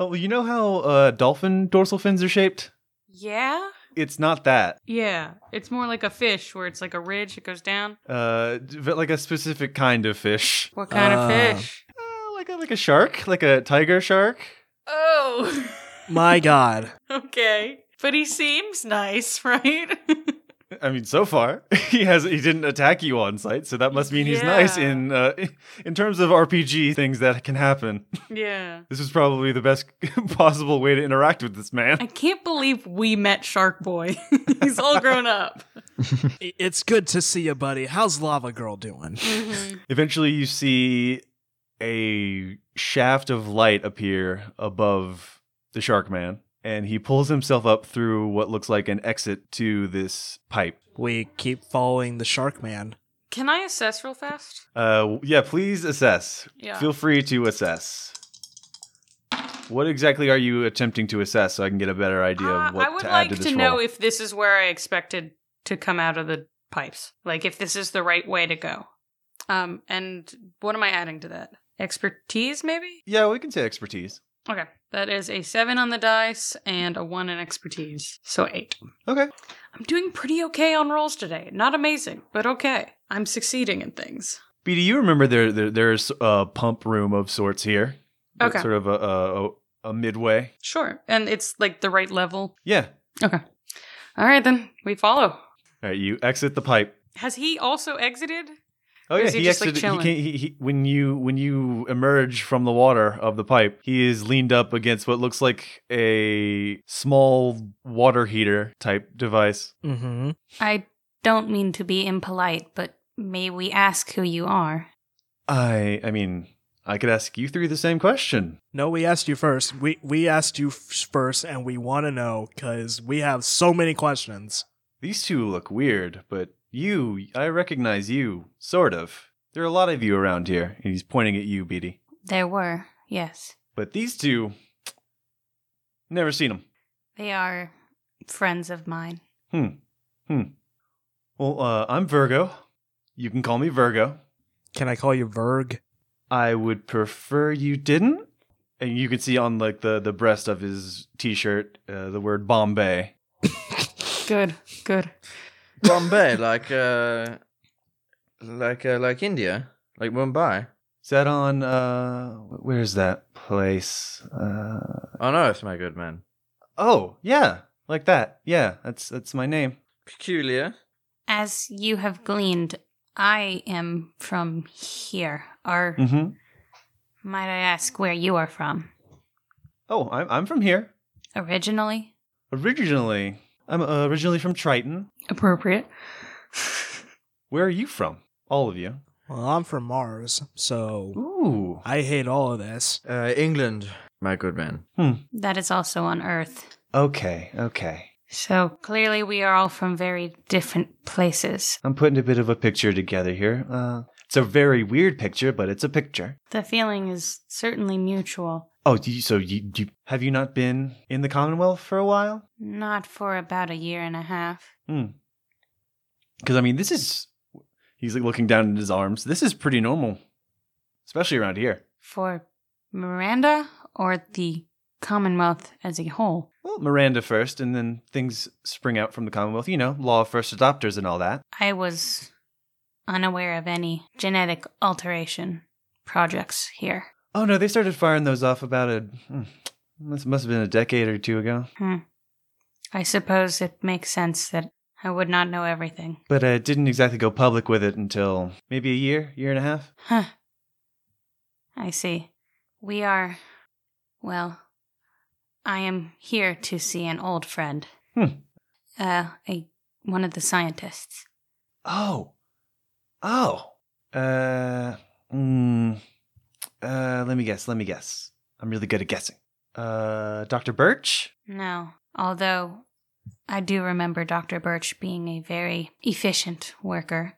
[SPEAKER 1] Oh, well, you know how uh dolphin dorsal fins are shaped?
[SPEAKER 6] Yeah.
[SPEAKER 1] It's not that.
[SPEAKER 6] Yeah. It's more like a fish where it's like a ridge, it goes down.
[SPEAKER 1] Uh d- but like a specific kind of fish.
[SPEAKER 6] What kind
[SPEAKER 3] Ah.
[SPEAKER 6] of fish?
[SPEAKER 1] Uh, like a like a shark, like a tiger shark.
[SPEAKER 6] Oh.
[SPEAKER 3] My god.
[SPEAKER 6] okay. But he seems nice, right?
[SPEAKER 1] I mean, so far he has he didn't attack you on sight, so that must mean he's nice
[SPEAKER 6] Yeah.
[SPEAKER 1] in uh, in terms of RPG things that can happen.
[SPEAKER 6] yeah.
[SPEAKER 1] This is probably the best possible way to interact with this man.
[SPEAKER 6] I can't believe we met Shark Boy. He's all grown up.
[SPEAKER 3] I- It's good to see you, buddy. How's Lava Girl doing?
[SPEAKER 6] Mm-hmm.
[SPEAKER 1] Eventually, you see a shaft of light appear above the shark man, and he pulls himself up through what looks like an exit to this pipe.
[SPEAKER 3] We keep following the Shark Man.
[SPEAKER 6] Can I assess real fast?
[SPEAKER 1] Uh, yeah, please assess.
[SPEAKER 6] Yeah.
[SPEAKER 1] Feel free to assess. What exactly are you attempting to assess so I can get a better idea
[SPEAKER 6] Uh,
[SPEAKER 1] of what
[SPEAKER 6] I would
[SPEAKER 1] to
[SPEAKER 6] like
[SPEAKER 1] add to this
[SPEAKER 6] to
[SPEAKER 1] role?
[SPEAKER 6] know if this is where I expected to come out of the pipes. Like if this is the right way to go. Um, and what am I adding to that? Expertise, maybe?
[SPEAKER 1] yeah, we can say expertise.
[SPEAKER 6] Okay. That is a seven on the dice and a one in expertise. So eight.
[SPEAKER 1] Okay.
[SPEAKER 6] I'm doing pretty okay on rolls today. Not amazing, but okay. I'm succeeding in things.
[SPEAKER 1] B, do you remember there, there there's a pump room of sorts here? That's
[SPEAKER 6] Okay.
[SPEAKER 1] Sort of a, a a- a midway.
[SPEAKER 6] Sure. And it's like the right level.
[SPEAKER 1] Yeah.
[SPEAKER 6] Okay. All right, then. We follow.
[SPEAKER 1] All right, you exit the pipe.
[SPEAKER 6] Has he also exited?
[SPEAKER 1] Oh
[SPEAKER 6] Or
[SPEAKER 1] yeah,
[SPEAKER 6] is he
[SPEAKER 1] he
[SPEAKER 6] just, like,
[SPEAKER 1] exited. he,
[SPEAKER 6] chilling?
[SPEAKER 1] can't, he, he when you when you emerge from the water of the pipe, he is leaned up against what looks like a small water heater type device.
[SPEAKER 3] Mm-hmm.
[SPEAKER 6] I don't mean to be impolite, but may we ask who you are?
[SPEAKER 1] I I mean, I could ask you three the same question.
[SPEAKER 3] No, we asked you first. We we asked you f- first, and we want to know because we have so many questions.
[SPEAKER 1] These two look weird, but you, I recognize you, sort of. There are a lot of you around here, and he's pointing at you, Beatty.
[SPEAKER 6] There were, yes.
[SPEAKER 1] But these two, never seen them.
[SPEAKER 6] They are friends of mine.
[SPEAKER 1] Well, uh, I'm Virgo. You can call me Virgo.
[SPEAKER 3] Can I call you Verg?
[SPEAKER 1] I would prefer you didn't. And you can see on like the the breast of his t-shirt uh, the word Bombay.
[SPEAKER 6] Good, good.
[SPEAKER 5] Bombay, like uh, like uh, like India, like Mumbai
[SPEAKER 1] Is that on? Uh, where's that place? Uh,
[SPEAKER 5] on Earth, my good man.
[SPEAKER 1] oh yeah, like that. Yeah, that's that's my name.
[SPEAKER 5] Peculiar.
[SPEAKER 6] As you have gleaned, I am from here. Are
[SPEAKER 1] Mm-hmm.
[SPEAKER 6] might I ask where you are from?
[SPEAKER 1] Oh, I'm I'm from here.
[SPEAKER 6] Originally?
[SPEAKER 1] Originally, I'm uh, originally from Triton.
[SPEAKER 6] Appropriate.
[SPEAKER 1] Where are you from? All of you.
[SPEAKER 3] Well, I'm from Mars, so
[SPEAKER 1] Ooh.
[SPEAKER 3] I hate all of this.
[SPEAKER 5] Uh, England, my good man.
[SPEAKER 6] That is also on Earth.
[SPEAKER 1] Okay. Okay.
[SPEAKER 6] So clearly we are all from very different places.
[SPEAKER 1] I'm putting a bit of a picture together here. Uh, it's a very weird picture, but it's a picture.
[SPEAKER 6] The feeling is certainly mutual.
[SPEAKER 1] Oh, do you, so you, you have you not been in the Commonwealth for a while?
[SPEAKER 6] Not for about a year and a half.
[SPEAKER 1] Because I mean, this is he's like looking down at his arms. This is pretty normal, especially around here.
[SPEAKER 6] For Miranda or the Commonwealth as a whole?
[SPEAKER 1] Well, Miranda first, and then things spring out from the Commonwealth. You know, law of first adopters and all that.
[SPEAKER 6] I was unaware of any genetic alteration projects here.
[SPEAKER 1] Oh no, they started firing those off about a hmm, must must have been a decade or two ago.
[SPEAKER 6] I suppose it makes sense that I would not know everything.
[SPEAKER 1] But uh, didn't exactly go public with it until maybe a year, year and a half.
[SPEAKER 6] Huh. I see. We are. Well, I am here to see an old friend.
[SPEAKER 1] Hmm.
[SPEAKER 6] Uh, a, one of the scientists.
[SPEAKER 1] Oh. Oh. Uh, mm, uh, let me guess. Let me guess. I'm really good at guessing. Uh, Dr. Birch?
[SPEAKER 6] No, although I do remember Dr. Birch being a very efficient worker.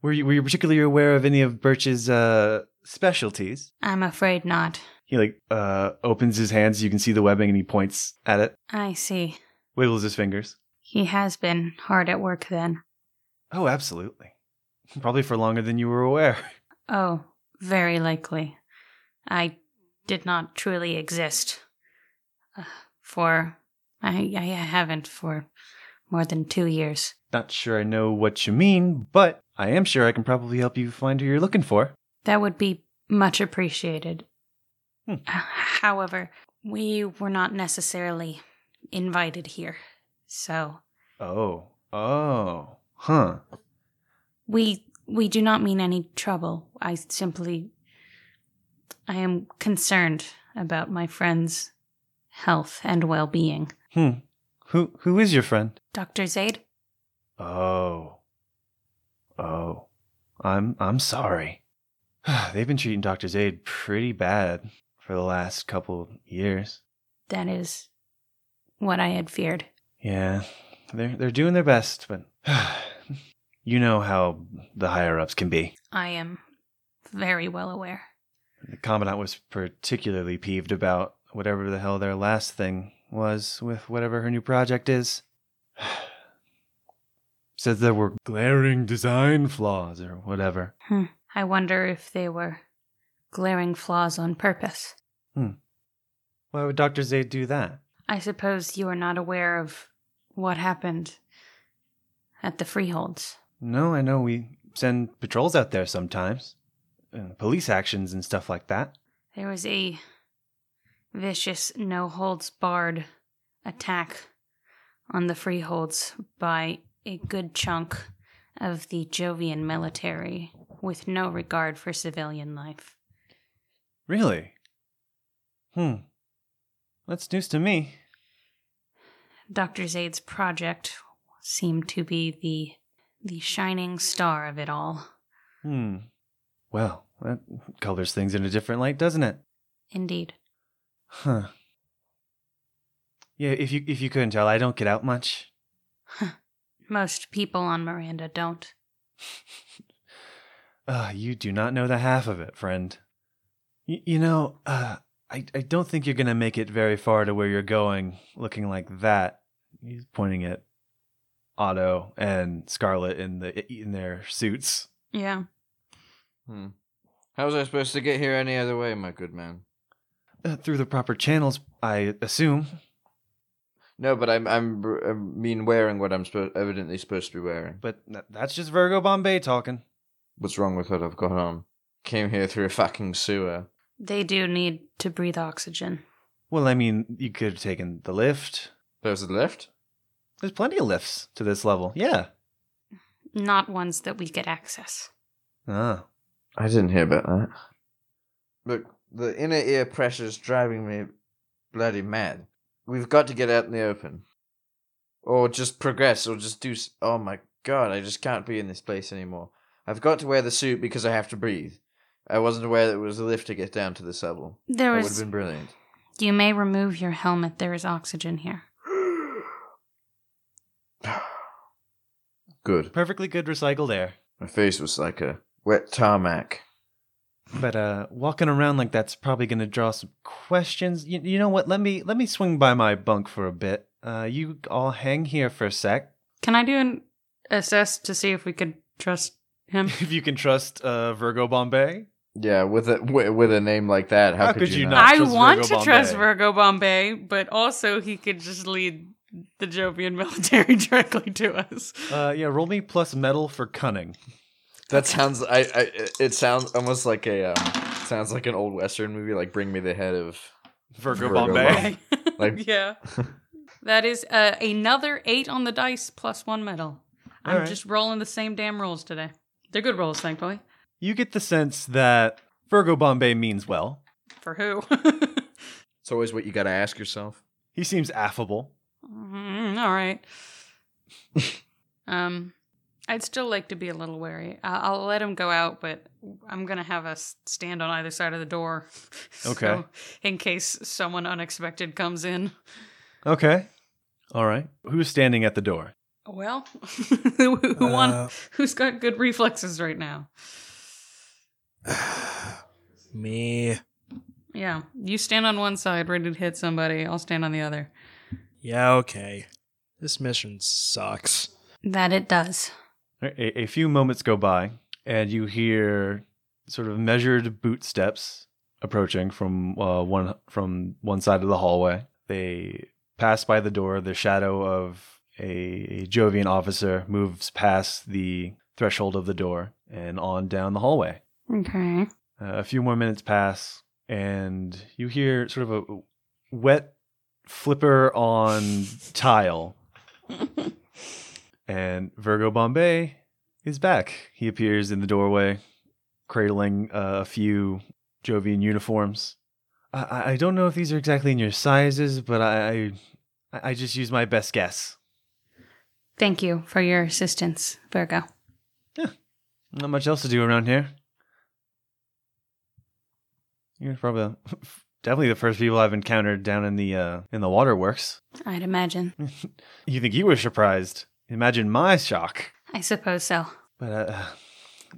[SPEAKER 1] Were you, were you particularly aware of any of Birch's, uh, specialties?
[SPEAKER 6] I'm afraid not.
[SPEAKER 1] He, like, uh, opens his hands. You can see the webbing and he points at it,
[SPEAKER 6] I see.
[SPEAKER 1] wiggles his fingers.
[SPEAKER 6] He has been hard at work then.
[SPEAKER 1] Oh, absolutely. Probably for longer than you were aware.
[SPEAKER 6] Oh, very likely. I did not truly exist. Uh, for. I, I haven't for more than two years.
[SPEAKER 1] Not sure I know what you mean, but I am sure I can probably help you find who you're looking for.
[SPEAKER 6] That would be much appreciated. Uh,
[SPEAKER 1] Hmm.
[SPEAKER 6] However, we were not necessarily invited here. So.
[SPEAKER 1] Oh. Oh. Huh.
[SPEAKER 6] We we do not mean any trouble. I simply I am concerned about my friend's health and well-being.
[SPEAKER 1] Hmm. Who who is your friend?
[SPEAKER 6] Dr. Zaid,
[SPEAKER 1] Oh. Oh. I'm I'm sorry. They've been treating Dr. Zaid pretty bad for the last couple years.
[SPEAKER 6] that is what I had feared.
[SPEAKER 1] Yeah. They're they're doing their best, but you know how the higher ups can be.
[SPEAKER 6] I am very well aware.
[SPEAKER 1] The commandant was particularly peeved about whatever the hell their last thing was with whatever her new project is. Says there were glaring design flaws or whatever.
[SPEAKER 6] I wonder if they were glaring flaws on purpose.
[SPEAKER 1] Why would Dr. Zaid do that?
[SPEAKER 6] I suppose you are not aware of what happened at the freeholds.
[SPEAKER 1] No, I know we send patrols out there sometimes, uh, police actions and stuff like that.
[SPEAKER 6] There was a vicious, no holds barred attack on the freeholds by a good chunk of the Jovian military with no regard for civilian life.
[SPEAKER 1] Really? Hmm. That's news to me.
[SPEAKER 6] Dr. Zaid's project seemed to be the the shining star of it all.
[SPEAKER 1] Hmm. Well, that colors things in a different light, doesn't it?
[SPEAKER 6] Indeed.
[SPEAKER 1] Huh. Yeah, if you if you couldn't tell, I don't get out much.
[SPEAKER 6] Most people on Miranda don't.
[SPEAKER 1] Uh, you do not know the half of it, friend. Y- you know, uh, I I don't think you're gonna make it very far to where you're going looking like that. He's pointing at Otto and Scarlet in the in their suits.
[SPEAKER 6] Yeah.
[SPEAKER 5] Hmm. How was I supposed to get here any other way, my good man?
[SPEAKER 1] Uh, through the proper channels, I assume.
[SPEAKER 5] No, but I'm I'm I mean wearing what I'm supposed evidently supposed to be wearing.
[SPEAKER 1] But th- that's just Virgo Bombay talking.
[SPEAKER 5] What's wrong with what I've got on? Came here through a fucking sewer.
[SPEAKER 6] They do need to breathe oxygen.
[SPEAKER 1] Well, I mean, you could have taken the lift.
[SPEAKER 5] There's a lift.
[SPEAKER 1] There's plenty of lifts to this level. Yeah.
[SPEAKER 6] Not ones that we could access.
[SPEAKER 1] Ah.
[SPEAKER 5] I didn't hear about that. Look, the inner ear pressure's driving me bloody mad. We've got to get out in the open. Or just progress, or just do. s- Oh my god, I just can't be in this place anymore. I've got to wear the suit because I have to breathe. I wasn't aware that it was a lift to get down to this level.
[SPEAKER 6] There
[SPEAKER 5] that would have
[SPEAKER 6] is.
[SPEAKER 5] been brilliant.
[SPEAKER 6] You may remove your helmet. There is oxygen here.
[SPEAKER 5] Good.
[SPEAKER 1] Perfectly good recycled air.
[SPEAKER 5] My face was like a wet tarmac.
[SPEAKER 1] But uh, walking around like that's probably going to draw some questions. You, you know what? Let me let me swing by my bunk for a bit. Uh, you all hang here for a sec.
[SPEAKER 6] Can I do an assess to see if we could trust him?
[SPEAKER 1] if you can trust uh, Virgo Bombay,
[SPEAKER 5] Yeah, with a wi- with a name like that, how, could, you, not?
[SPEAKER 4] I
[SPEAKER 1] trust
[SPEAKER 4] want
[SPEAKER 1] Virgo
[SPEAKER 4] to trust
[SPEAKER 1] Bombay.
[SPEAKER 4] Virgo Bombay, but also he could just lead the Jovian military directly to us.
[SPEAKER 1] uh, yeah, roll me plus metal for cunning.
[SPEAKER 5] That sounds. I. I. It sounds almost like a. Um, sounds like an old western movie, like Bring Me the Head of.
[SPEAKER 1] Virgo,
[SPEAKER 5] Virgo
[SPEAKER 1] Bombay.
[SPEAKER 5] Bombay. Like-
[SPEAKER 4] yeah. That is uh, another eight on the dice plus one medal. I'm
[SPEAKER 1] Alright.
[SPEAKER 4] just rolling the same damn rolls today. They're good rolls, thankfully.
[SPEAKER 1] You get the sense that Virgo Bombay means well.
[SPEAKER 4] For who?
[SPEAKER 5] It's always what you got to ask yourself.
[SPEAKER 1] He seems affable.
[SPEAKER 4] Mm, all right. um,
[SPEAKER 6] I'd still like to be a little wary. I- I'll let him go out, but I'm gonna have us stand on either side of the door.
[SPEAKER 1] Okay.
[SPEAKER 6] in case someone unexpected comes in.
[SPEAKER 1] Okay. All right. Who's standing at the door?
[SPEAKER 4] well, who, who won?
[SPEAKER 3] Uh,
[SPEAKER 4] Who's got good reflexes right now?
[SPEAKER 3] Me.
[SPEAKER 4] Yeah, you stand on one side, ready to hit somebody. I'll stand on the other.
[SPEAKER 3] Yeah, okay. This mission sucks.
[SPEAKER 6] That it does.
[SPEAKER 1] A, a few moments go by, and you hear sort of measured boot steps approaching from uh, one from one side of the hallway. They pass by the door. The shadow of a, a Jovian officer moves past the threshold of the door and on down the hallway.
[SPEAKER 6] Okay.
[SPEAKER 1] Uh, a few more minutes pass, and you hear sort of a wet flipper on tile. and Virgo Bombay is back. He appears in the doorway, cradling uh, a few Jovian uniforms. I- I, I don't know if these are exactly in your sizes, but I, I, I just use my best guess.
[SPEAKER 6] Thank you for your assistance, Virgo.
[SPEAKER 1] Not much else to do around here. You're probably the- definitely the first people I've encountered down in the uh, in the waterworks.
[SPEAKER 6] I'd imagine.
[SPEAKER 1] You think you were surprised? Imagine my shock.
[SPEAKER 6] I suppose so.
[SPEAKER 1] But uh,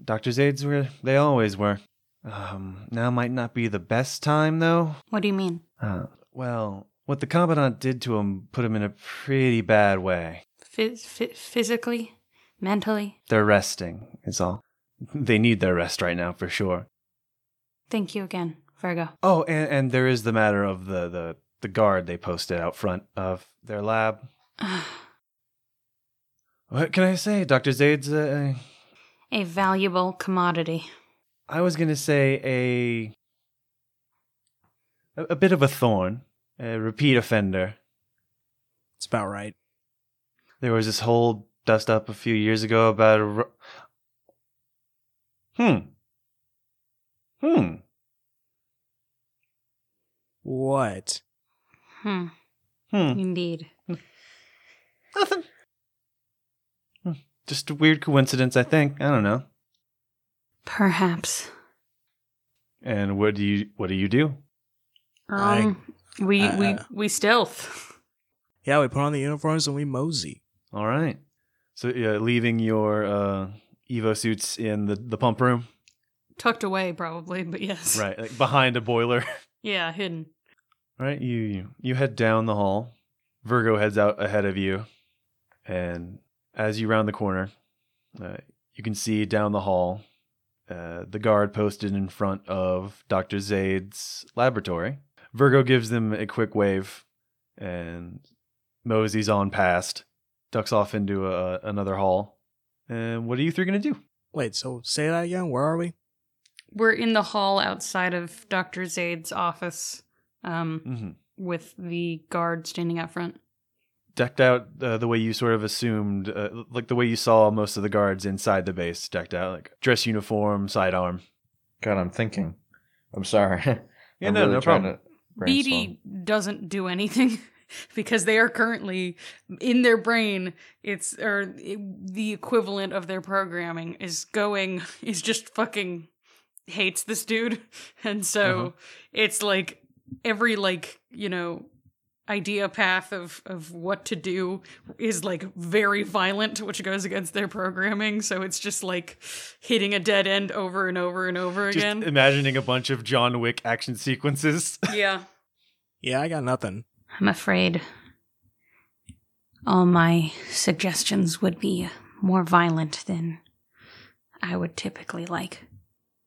[SPEAKER 1] doctor's aides were they always were. Um, now might not be the best time though.
[SPEAKER 6] What do you mean?
[SPEAKER 1] Uh, well, what the commandant did to him put him in a pretty bad way.
[SPEAKER 6] Phys- phy- physically, mentally.
[SPEAKER 1] They're resting is all. They need their rest right now for sure.
[SPEAKER 6] Thank you again, Virgo.
[SPEAKER 1] Oh, and, and there is the matter of the, the, the guard they posted out front of their lab. What can I say? Dr. Zaid's, uh,
[SPEAKER 6] A valuable commodity.
[SPEAKER 1] I was going to say a, a, a bit of a thorn, a repeat offender.
[SPEAKER 3] It's about right.
[SPEAKER 1] There was this whole dust up a few years ago about a. ro- Hmm. Hmm.
[SPEAKER 3] What?
[SPEAKER 6] Hmm.
[SPEAKER 1] Hmm.
[SPEAKER 6] Indeed.
[SPEAKER 1] Nothing. Just a weird coincidence, I think. I don't know.
[SPEAKER 6] Perhaps.
[SPEAKER 1] And what do you what do you do?
[SPEAKER 6] Um, we
[SPEAKER 3] I-
[SPEAKER 6] we
[SPEAKER 1] uh,
[SPEAKER 3] I-
[SPEAKER 6] we stealth.
[SPEAKER 3] Yeah, we put on the uniforms and we mosey.
[SPEAKER 1] All right. So uh, leaving your uh, Evo suits in the, the pump room,
[SPEAKER 6] Tucked away, probably, but yes.
[SPEAKER 1] right, like behind a boiler.
[SPEAKER 6] Yeah, hidden.
[SPEAKER 1] All right, you, you you head down the hall. Virgo heads out ahead of you, and as you round the corner, uh, you can see down the hall uh, the guard posted in front of Doctor Zaid's laboratory. Virgo gives them a quick wave, and Mosey's on past, ducks off into a, another hall. And what are you three gonna do?
[SPEAKER 3] Wait, so say that again. Where are we?
[SPEAKER 6] We're in the hall outside of Dr. Zaid's office um,
[SPEAKER 1] Mm-hmm.
[SPEAKER 6] with the guard standing out front.
[SPEAKER 1] decked out uh, the way you sort of assumed, uh, like the way you saw most of the guards inside the base decked out, like dress uniform, sidearm.
[SPEAKER 5] God, I'm thinking. I'm sorry.
[SPEAKER 1] Yeah,
[SPEAKER 5] I'm
[SPEAKER 1] no, no
[SPEAKER 5] trying
[SPEAKER 1] problem.
[SPEAKER 5] to brainstorm.
[SPEAKER 6] BD doesn't do anything because they are currently in their brain. It's or the equivalent of their programming is going is just fucking hates this dude, and so
[SPEAKER 1] Uh-huh.
[SPEAKER 6] it's like every like you know idea path of of what to do is like very violent which goes against their programming so it's just like hitting a dead end over and over and over
[SPEAKER 1] Just
[SPEAKER 6] again
[SPEAKER 1] imagining a bunch of John Wick action sequences.
[SPEAKER 6] yeah
[SPEAKER 3] Yeah, I got nothing.
[SPEAKER 6] I'm afraid all my suggestions would be more violent than I would typically like.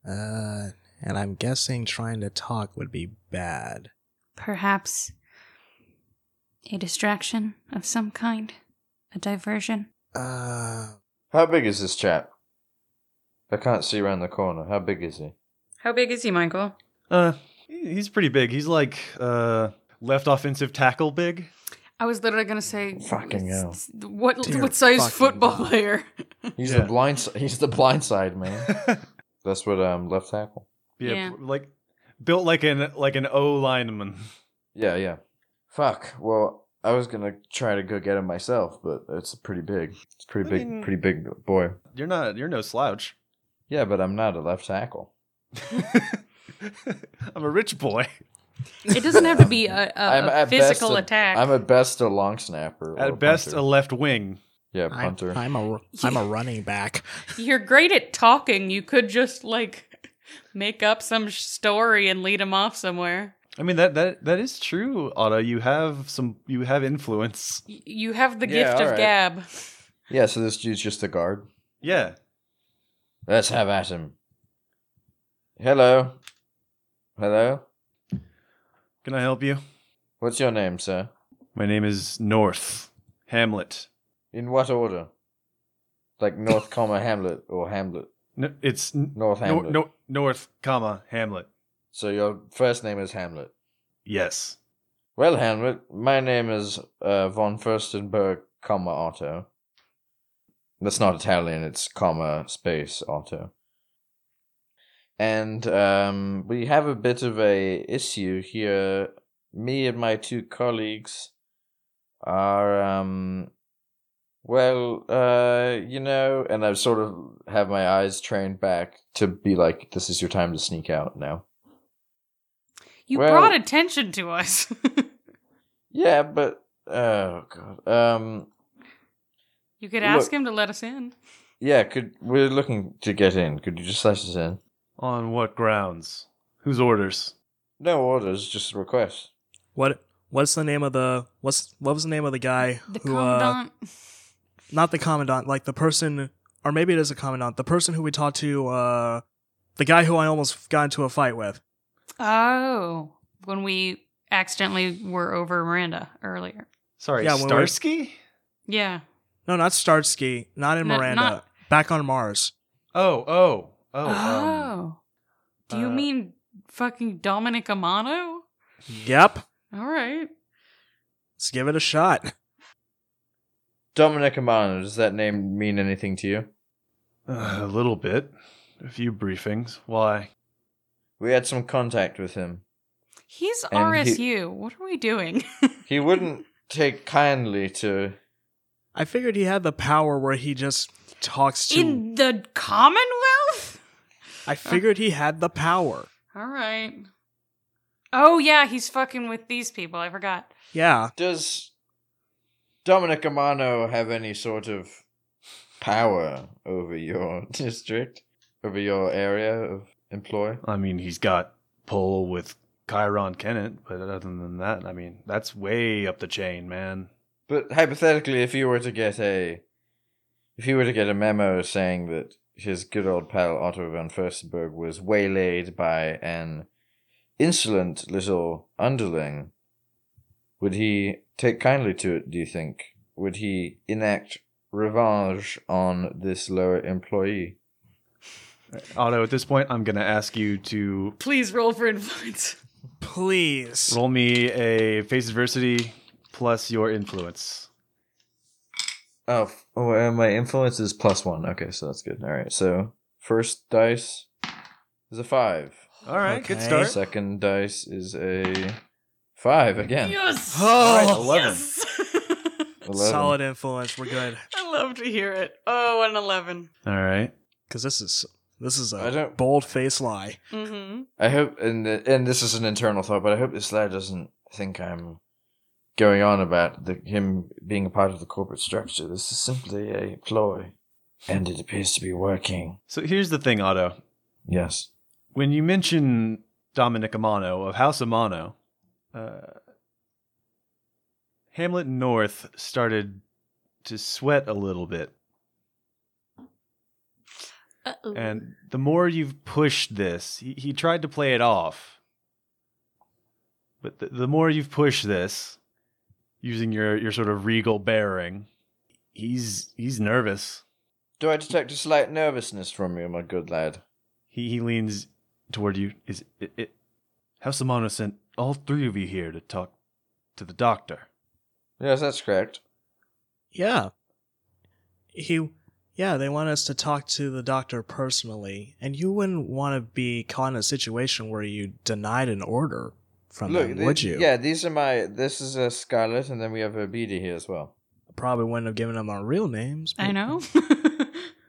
[SPEAKER 3] Uh, and I'm guessing trying to talk would be bad.
[SPEAKER 6] Perhaps a distraction of some kind, a diversion.
[SPEAKER 3] Uh,
[SPEAKER 5] How big is this chap? I can't see around the corner. How big is he?
[SPEAKER 6] How big is he, Michael?
[SPEAKER 1] Uh, he- he's pretty big. He's like uh, left offensive tackle big.
[SPEAKER 6] I was literally gonna say,
[SPEAKER 5] Fucking hell.
[SPEAKER 6] s- What
[SPEAKER 3] Dear
[SPEAKER 6] what size
[SPEAKER 3] fucking
[SPEAKER 6] football
[SPEAKER 3] God.
[SPEAKER 6] player?
[SPEAKER 5] He's
[SPEAKER 1] Yeah.
[SPEAKER 5] the blind. si- He's the blind side man.
[SPEAKER 1] yeah,
[SPEAKER 5] That's what um left tackle.
[SPEAKER 6] Yeah.
[SPEAKER 1] pr- like built like an like an O lineman.
[SPEAKER 5] Yeah, yeah. Fuck. Well, I was gonna try to go get him myself, but it's pretty big. It's pretty
[SPEAKER 1] I
[SPEAKER 5] big.
[SPEAKER 1] mean-
[SPEAKER 5] pretty big boy.
[SPEAKER 1] You're not. You're no slouch.
[SPEAKER 5] Yeah, but I'm not a left tackle.
[SPEAKER 1] I'm a rich boy.
[SPEAKER 6] It doesn't have to be a,
[SPEAKER 5] I'm
[SPEAKER 6] a, a
[SPEAKER 5] at best
[SPEAKER 6] physical
[SPEAKER 5] a-
[SPEAKER 6] attack.
[SPEAKER 5] I'm at best a long snapper. or
[SPEAKER 1] At best,
[SPEAKER 5] punter.
[SPEAKER 1] a left wing.
[SPEAKER 5] yeah
[SPEAKER 3] I'm,
[SPEAKER 5] punter.
[SPEAKER 3] I'm a I'm a running back.
[SPEAKER 6] You're great at talking. You could just like make up some story and lead him off somewhere.
[SPEAKER 1] I mean that that that is true, Otto. You have some. You have influence.
[SPEAKER 6] Y- You have the
[SPEAKER 5] Yeah,
[SPEAKER 6] gift of
[SPEAKER 5] alright.
[SPEAKER 6] gab.
[SPEAKER 5] yeah, so this dude's just a guard.
[SPEAKER 1] Yeah.
[SPEAKER 5] Let's have at him. Hello. Hello.
[SPEAKER 1] Can I help you?
[SPEAKER 5] What's your name, sir?
[SPEAKER 1] My name is North Hamlet.
[SPEAKER 5] In what order? Like North, comma Hamlet or Hamlet.
[SPEAKER 1] No, it's n-
[SPEAKER 5] North
[SPEAKER 1] no,
[SPEAKER 5] Hamlet.
[SPEAKER 1] no, North, comma Hamlet.
[SPEAKER 5] So your first name is Hamlet.
[SPEAKER 1] Yes.
[SPEAKER 5] Well, Hamlet, my name is uh, von Furstenberg, comma Otto. That's not Italian. It's comma space Otto. And um, we have a bit of a issue here. Me and my two colleagues are um, well, uh, you know, and I sort of have my eyes trained back to be like, this is your time to sneak out now.
[SPEAKER 6] You
[SPEAKER 5] Well-
[SPEAKER 6] brought attention to us.
[SPEAKER 5] Yeah, but oh god, um,
[SPEAKER 6] you could ask
[SPEAKER 5] Look.
[SPEAKER 6] him to let us in.
[SPEAKER 5] Yeah, could we're looking to get in. Could you just let us in?
[SPEAKER 1] On what grounds? Whose orders?
[SPEAKER 5] No orders, just a request.
[SPEAKER 3] What what's the name of the what's what was the name of the guy
[SPEAKER 6] The
[SPEAKER 3] who uh,
[SPEAKER 6] commandant.
[SPEAKER 3] not the commandant like the person or maybe it is a commandant the person who we talked to uh the guy who I almost got into a fight with
[SPEAKER 6] oh, when we accidentally were over Miranda earlier.
[SPEAKER 1] Sorry,
[SPEAKER 3] Yeah, when we're-
[SPEAKER 1] Starsky.
[SPEAKER 6] Yeah.
[SPEAKER 3] no not Starsky not in
[SPEAKER 6] No,
[SPEAKER 3] Miranda
[SPEAKER 6] not-
[SPEAKER 3] back on Mars
[SPEAKER 1] Oh, oh, oh.
[SPEAKER 6] Oh.
[SPEAKER 1] um,
[SPEAKER 6] Do you
[SPEAKER 1] uh,
[SPEAKER 6] mean fucking Dominic Amano?
[SPEAKER 3] yep
[SPEAKER 6] All right.
[SPEAKER 3] let's give it a shot
[SPEAKER 5] Dominic Amano, does that name mean anything to you?
[SPEAKER 1] uh, a little bit. a few briefings. Why?
[SPEAKER 5] We had some contact with him.
[SPEAKER 6] He's
[SPEAKER 5] And he-
[SPEAKER 6] RSU. What are we doing?
[SPEAKER 5] He wouldn't take kindly to.
[SPEAKER 3] I figured he had the power where he just talks to.
[SPEAKER 6] In the Commonwealth?
[SPEAKER 3] I figured he had the power.
[SPEAKER 6] All right. Oh, yeah, he's fucking with these people. I forgot.
[SPEAKER 3] Yeah.
[SPEAKER 5] Does Dominic Amano have any sort of power over your district? Over your area of employ?
[SPEAKER 1] I mean, he's got pull with Chiron Kennett, but other than that, I mean, that's way up the chain, man.
[SPEAKER 5] But hypothetically, if you were to get a, if you were to get a memo saying that his good old pal Otto von Furstenberg was waylaid by an insolent little underling, would he take kindly to it? Do you think? Would he enact revenge on this lower employee?
[SPEAKER 1] Otto, at this point, I'm gonna ask you to
[SPEAKER 4] Please roll for influence.
[SPEAKER 3] Please.
[SPEAKER 1] roll me a face adversity plus your influence.
[SPEAKER 5] Oh, f- oh, uh, my influence is plus one. Okay, so that's good. All right, so first dice is a five.
[SPEAKER 1] All right, good
[SPEAKER 3] Okay.
[SPEAKER 1] start.
[SPEAKER 5] Second dice is a five again.
[SPEAKER 4] Yes.
[SPEAKER 3] Oh,
[SPEAKER 4] yes.
[SPEAKER 5] Eleven.
[SPEAKER 3] Solid influence. We're good.
[SPEAKER 4] I love to hear it. Oh, an eleven.
[SPEAKER 1] All right.
[SPEAKER 3] Because this is this is
[SPEAKER 5] I
[SPEAKER 3] a
[SPEAKER 5] don't-
[SPEAKER 3] bold faced lie.
[SPEAKER 4] Mm-hmm.
[SPEAKER 5] I hope, and and this is an internal thought, but I hope this lad doesn't think I'm going on about the, him being a part of the corporate structure. This is simply a ploy, and it appears to be working.
[SPEAKER 1] So here's the thing, Otto.
[SPEAKER 5] Yes.
[SPEAKER 1] When you mention Dominic Amano of House Amano, uh, Hamlet North started to sweat a little bit.
[SPEAKER 6] Uh-oh.
[SPEAKER 1] And the more you've pushed this, he, he tried to play it off. But the, the more you've pushed this, using your, your sort of regal bearing, he's he's nervous.
[SPEAKER 5] Do I detect a slight nervousness from you, my good lad?
[SPEAKER 1] He he leans toward you. Is it, it House Amano sent all three of you here to talk to the doctor.
[SPEAKER 5] Yes, that's correct.
[SPEAKER 3] Yeah. He yeah, they want us to talk to the doctor personally, and you wouldn't want to be caught in a situation where you denied an order from them,
[SPEAKER 5] the-
[SPEAKER 3] would you?
[SPEAKER 5] Yeah, these are my. This is a Scarlet, and then we have a Beady here as well.
[SPEAKER 3] Probably wouldn't have given them our real names.
[SPEAKER 6] I
[SPEAKER 3] but-
[SPEAKER 6] know.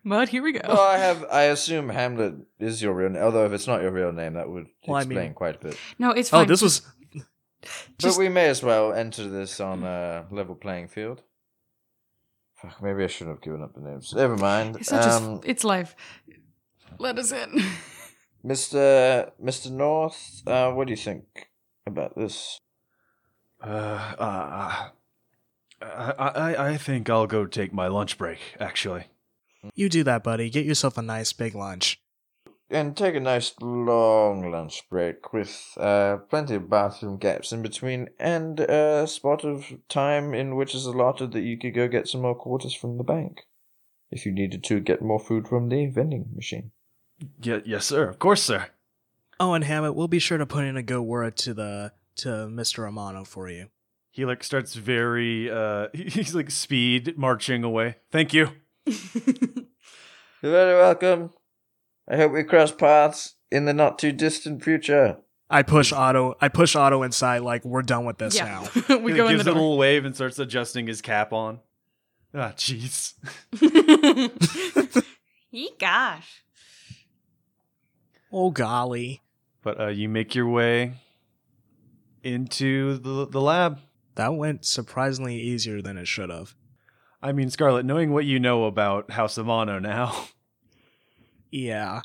[SPEAKER 6] but here we go.
[SPEAKER 5] Well, I have. I assume Hamlet is your real name. Although if it's not your real name, that would
[SPEAKER 3] Well, I mean-
[SPEAKER 5] explain quite a bit.
[SPEAKER 6] no, it's
[SPEAKER 3] Oh,
[SPEAKER 6] fine.
[SPEAKER 3] this was
[SPEAKER 5] but we may as well enter this
[SPEAKER 3] Hmm.
[SPEAKER 5] on a level playing field. Fuck, maybe I shouldn't have given up the names. Never mind.
[SPEAKER 6] It's not just.
[SPEAKER 5] Um,
[SPEAKER 6] It's life. Let us in.
[SPEAKER 5] Mr. Mr. North, uh, what do you think about this?
[SPEAKER 1] Uh, uh, I, I I think I'll go take my lunch break. Actually,
[SPEAKER 3] you do that, buddy. Get yourself a nice big lunch.
[SPEAKER 5] And take a nice long lunch break with uh, plenty of bathroom gaps in between and a spot of time in which is allotted that you could go get some more quarters from the bank if you needed to get more food from the vending machine.
[SPEAKER 1] yeah, yes, sir. Of course, sir.
[SPEAKER 3] Oh, and Hammett, we'll be sure to put in a good word to the to Mr. Amano for you.
[SPEAKER 1] He like starts very uh he's like speed marching away. Thank you.
[SPEAKER 5] You're very welcome. I hope we cross paths in the not too distant future.
[SPEAKER 3] I push
[SPEAKER 5] Mm.
[SPEAKER 3] Otto. I push Otto inside. Like we're done with this
[SPEAKER 4] yeah.
[SPEAKER 3] now.
[SPEAKER 4] we
[SPEAKER 1] He, like,
[SPEAKER 4] go in
[SPEAKER 1] gives
[SPEAKER 4] the
[SPEAKER 1] a
[SPEAKER 4] door.
[SPEAKER 1] little wave and starts adjusting his cap on. Ah, jeez.
[SPEAKER 6] Ye gosh.
[SPEAKER 3] Oh golly,
[SPEAKER 1] But uh you make your way into the the lab.
[SPEAKER 3] that went surprisingly easier than it should have.
[SPEAKER 1] I mean, Scarlet, knowing what you know about House Amano now.
[SPEAKER 3] Yeah,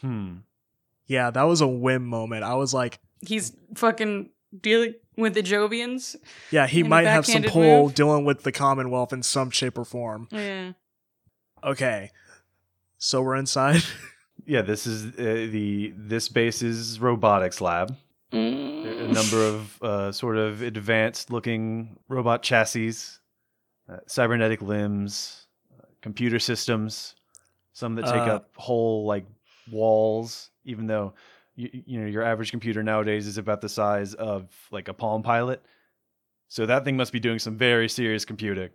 [SPEAKER 1] hmm.
[SPEAKER 3] yeah, that was a whim moment. I was like,
[SPEAKER 4] He's fucking dealing with the Jovians.
[SPEAKER 3] yeah, he
[SPEAKER 4] And a
[SPEAKER 3] might have some
[SPEAKER 4] backhanded
[SPEAKER 3] pull
[SPEAKER 4] move.
[SPEAKER 3] dealing with the Commonwealth in some shape or form.
[SPEAKER 4] Yeah.
[SPEAKER 3] Okay, so we're inside.
[SPEAKER 1] Yeah, this is uh, the this base's robotics lab. There are a
[SPEAKER 4] Mm.
[SPEAKER 1] number of uh, sort of advanced looking robot chassis, uh, cybernetic limbs, uh, computer systems, some that take
[SPEAKER 3] Uh,
[SPEAKER 1] up whole like walls, even though you, you know your average computer nowadays is about the size of like a Palm Pilot. So that thing must be doing some very serious computing.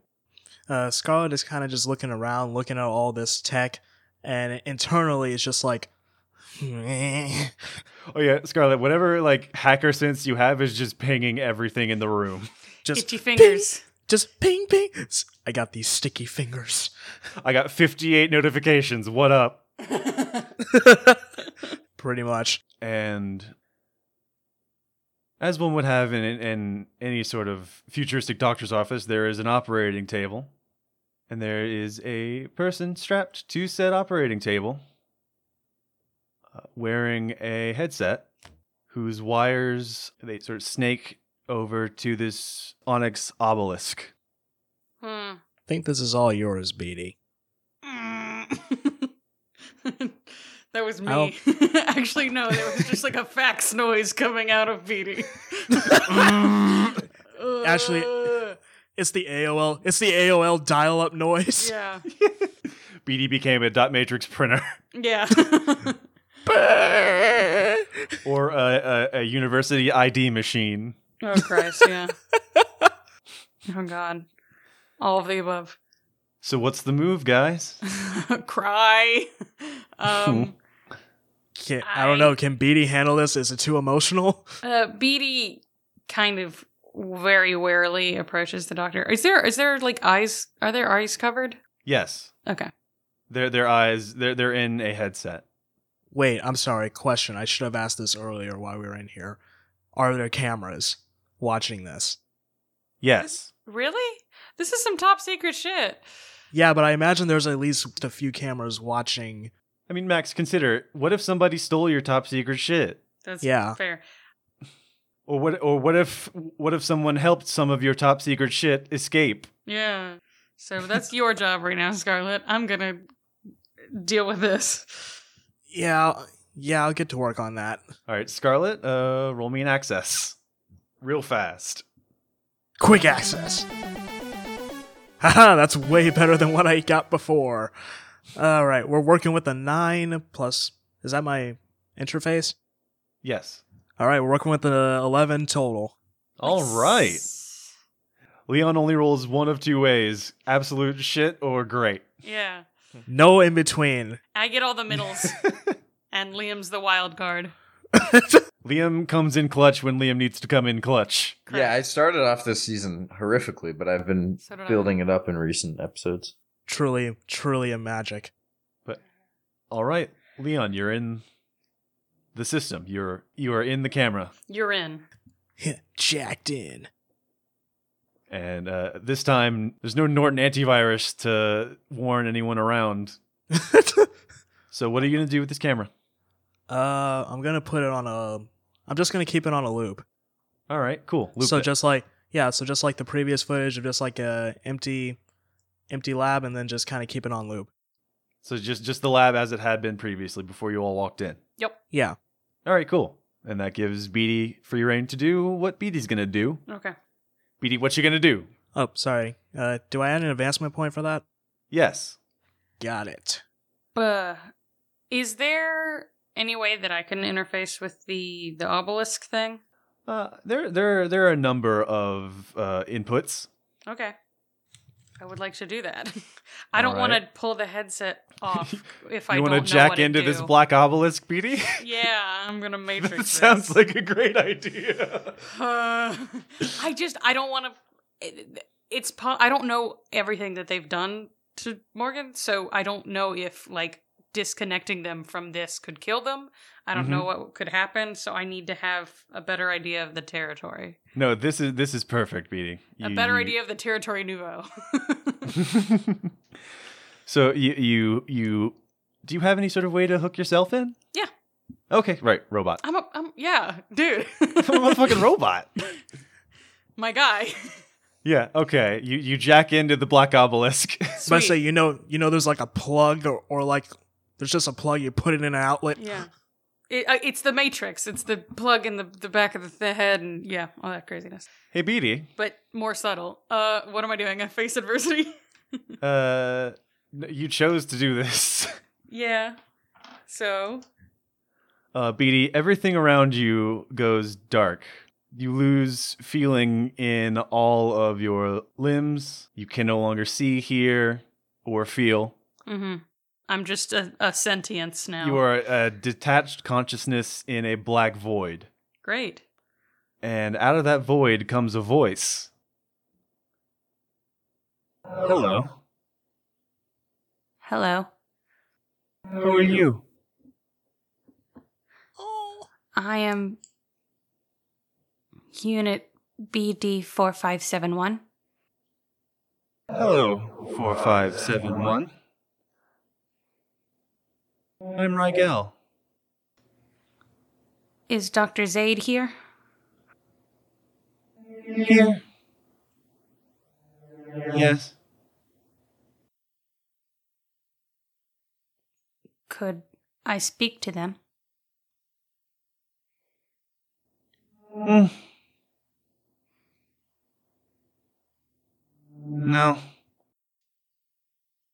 [SPEAKER 3] Uh, Scarlet is kind of just looking around, looking at all this tech, and internally it's just like
[SPEAKER 1] Oh yeah, Scarlet. Whatever like hacker sense you have is just pinging everything in the room.
[SPEAKER 3] just
[SPEAKER 6] Itchy fingers.
[SPEAKER 3] just ping ping. S- I got these sticky fingers.
[SPEAKER 1] I got 58 notifications. What up?
[SPEAKER 3] Pretty much.
[SPEAKER 1] And as one would have in, in any sort of futuristic doctor's office, there is an operating table, and there is a person strapped to said operating table, uh, wearing a headset, whose wires they sort of snake over to this onyx obelisk.
[SPEAKER 6] Hmm.
[SPEAKER 3] think this is all yours, BD.
[SPEAKER 4] Mm. that was
[SPEAKER 3] I'll-
[SPEAKER 4] me. Actually, no, there was just like a fax noise coming out of Petey.
[SPEAKER 3] Actually-
[SPEAKER 4] Ugh.
[SPEAKER 3] It's the AOL. It's the AOL dial-up noise.
[SPEAKER 4] yeah,
[SPEAKER 1] BD became a dot matrix printer
[SPEAKER 4] yeah.
[SPEAKER 1] or a, a, a university ID machine.
[SPEAKER 6] Oh Christ, yeah. oh God. All of the above.
[SPEAKER 1] So what's the move, guys?
[SPEAKER 4] Cry. Um,
[SPEAKER 3] Can- I don't know. Can BD handle this? Is it too emotional?
[SPEAKER 6] Uh, Beatty kind of very warily approaches the doctor. Is there is there like eyes? Are their eyes covered?
[SPEAKER 1] Yes,
[SPEAKER 6] Okay.
[SPEAKER 1] their their eyes they're they're in a headset.
[SPEAKER 3] Wait, I'm sorry. Question. I should have asked this earlier while we were in here. Are there cameras watching this?
[SPEAKER 1] Yes,
[SPEAKER 6] Really? This is some top secret shit.
[SPEAKER 3] Yeah, but I imagine there's at least a few cameras watching.
[SPEAKER 1] I mean Max, consider what if somebody stole your top secret shit,
[SPEAKER 6] That's
[SPEAKER 3] Yeah.
[SPEAKER 6] fair.
[SPEAKER 1] or what or what if what if someone helped some of your top secret shit escape?
[SPEAKER 4] yeah. So that's your job right now, Scarlett. I'm gonna deal with this.
[SPEAKER 3] Yeah, yeah. I'll get to work on that.
[SPEAKER 1] All right, Scarlet, uh, roll me an access, real fast.
[SPEAKER 3] Quick access. Haha, that's way better than what I got before. All right, we're working with a 9 plus. Is that my interface?
[SPEAKER 1] Yes.
[SPEAKER 3] All right, we're working with the 11 total.
[SPEAKER 1] All right. Leon only rolls one of two ways: absolute shit or great.
[SPEAKER 4] Yeah.
[SPEAKER 3] No in between.
[SPEAKER 4] I get all the middles, and Liam's the wild card.
[SPEAKER 1] Liam comes in clutch when Liam needs to come in clutch.
[SPEAKER 5] Yeah, I started off this season horrifically, but I've been
[SPEAKER 4] So did I.
[SPEAKER 5] building it up in recent episodes.
[SPEAKER 3] Truly, truly a magic.
[SPEAKER 1] All right, Leon, you're in the system. You're you are in the camera,
[SPEAKER 4] You're in.
[SPEAKER 3] Jacked in.
[SPEAKER 1] and uh, this time there's no Norton antivirus to warn anyone around.
[SPEAKER 3] uh,
[SPEAKER 1] So what are you gonna do with this camera?
[SPEAKER 3] I'm going to put it on a. I'm just going to keep it on a loop.
[SPEAKER 1] All right, cool. Loop
[SPEAKER 3] so
[SPEAKER 1] it.
[SPEAKER 3] just like yeah, so just like the previous footage of just like a empty empty lab and then just kind of keep it on loop.
[SPEAKER 1] so just just the lab as it had been previously before you all walked in.
[SPEAKER 3] Yeah.
[SPEAKER 1] All right, cool. And that gives Beatty free reign to do what Beatty's gonna do.
[SPEAKER 6] Okay.
[SPEAKER 1] Beatty, what you gonna do?
[SPEAKER 3] Oh, sorry. Uh, do I add an advancement point for that?
[SPEAKER 1] Yes.
[SPEAKER 3] Got it.
[SPEAKER 6] But is there any way that I can interface with the the obelisk thing?
[SPEAKER 1] Uh, there there there are a number of uh, inputs.
[SPEAKER 6] Okay. I would like to do that. I don't
[SPEAKER 1] All
[SPEAKER 6] want
[SPEAKER 1] right.
[SPEAKER 6] to pull the headset off if I
[SPEAKER 1] you
[SPEAKER 6] don't
[SPEAKER 1] wanna
[SPEAKER 6] know
[SPEAKER 1] jack
[SPEAKER 6] what to
[SPEAKER 1] into this
[SPEAKER 6] do.
[SPEAKER 1] black obelisk, Beatty?
[SPEAKER 6] Yeah, I'm gonna matrix.
[SPEAKER 1] That
[SPEAKER 6] this.
[SPEAKER 1] sounds like a great idea.
[SPEAKER 6] Uh, I just I don't want to. It, it's po- I don't know everything that they've done to Morgan, so I don't know if like disconnecting them from this could kill them. I don't know
[SPEAKER 1] Mm-hmm.
[SPEAKER 6] what could happen, so I need to have a better idea of the territory,
[SPEAKER 1] No, this is this is perfect, Beatty.
[SPEAKER 4] A
[SPEAKER 1] You-
[SPEAKER 4] better
[SPEAKER 1] you-
[SPEAKER 4] idea of the territory nouveau.
[SPEAKER 1] so you you you do you have any sort of way to hook yourself in?
[SPEAKER 4] Yeah.
[SPEAKER 1] Okay, right, robot.
[SPEAKER 4] I'm a, I'm yeah, dude.
[SPEAKER 1] I'm a fucking robot.
[SPEAKER 4] My guy.
[SPEAKER 1] Yeah. Okay. You you jack into the black obelisk.
[SPEAKER 3] But I say
[SPEAKER 4] Sweet.
[SPEAKER 3] you know you know there's like a plug or, or like there's just a plug you put it in an outlet.
[SPEAKER 4] Yeah.
[SPEAKER 6] It, uh, it's the matrix. It's the plug in the, the back of the th- head, and yeah, all that craziness.
[SPEAKER 1] hey, Beatty.
[SPEAKER 4] But more subtle. Uh what am I doing? I face adversity.
[SPEAKER 1] Uh, n- you chose to do this.
[SPEAKER 4] yeah. So
[SPEAKER 1] Uh, Beatty, everything around you goes dark. You lose feeling in all of your limbs. You can no longer see, hear, or feel.
[SPEAKER 6] Mm-hmm.
[SPEAKER 4] I'm just a, a sentience now.
[SPEAKER 1] You are a detached consciousness in a black void.
[SPEAKER 4] great.
[SPEAKER 1] And out of that void comes a voice.
[SPEAKER 3] Hello.
[SPEAKER 6] Hello.
[SPEAKER 3] Who are you?
[SPEAKER 6] I am Unit BD4571.
[SPEAKER 1] Hello. Four five seven one. I'm Rigel.
[SPEAKER 6] Is Dr. Zaid here?
[SPEAKER 1] Here. Yes.
[SPEAKER 6] Could I speak to them?
[SPEAKER 1] No.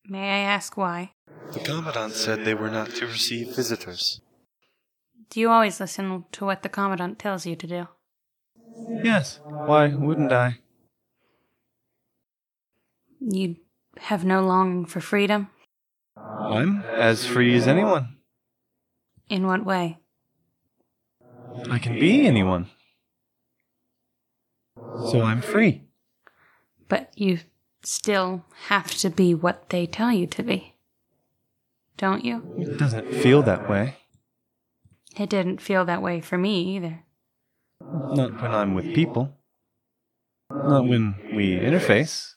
[SPEAKER 6] May I ask why?
[SPEAKER 2] The Commandant said they were not to receive visitors.
[SPEAKER 6] Do you always listen to what the Commandant tells you to do?
[SPEAKER 1] Yes. Why wouldn't I?
[SPEAKER 6] You have no longing for freedom?
[SPEAKER 1] I'm as free as anyone.
[SPEAKER 6] In what way?
[SPEAKER 1] I can be anyone. So I'm free.
[SPEAKER 6] But you still have to be what they tell you to be. Don't you?
[SPEAKER 1] It doesn't feel that way.
[SPEAKER 6] It didn't feel that way for me either.
[SPEAKER 1] Not when I'm with people. Not when we interface.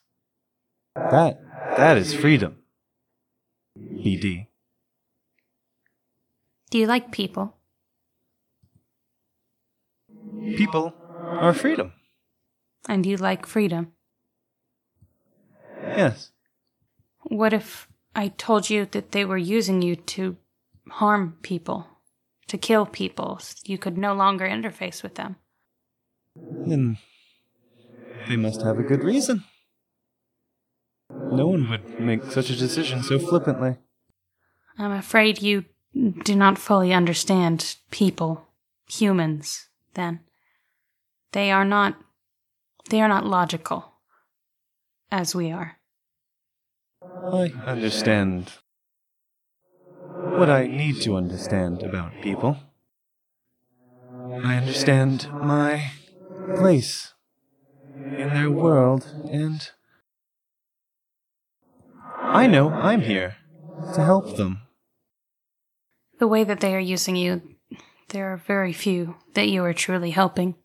[SPEAKER 1] That that is freedom. E BD.
[SPEAKER 6] Do you like people?
[SPEAKER 1] People are freedom.
[SPEAKER 6] And you like freedom?
[SPEAKER 1] Yes.
[SPEAKER 6] What if I told you that they were using you to harm people, to kill people? so You could no longer interface with them.
[SPEAKER 1] Then they must have a good reason. No one would make such a decision so flippantly.
[SPEAKER 6] I'm afraid you do not fully understand people, humans, then. They are not they are not logical as we are.
[SPEAKER 1] I understand what I need to understand about people. I understand my place in their world, and I know I'm here to help them.
[SPEAKER 6] The way that they are using you, there are very few that you are truly helping.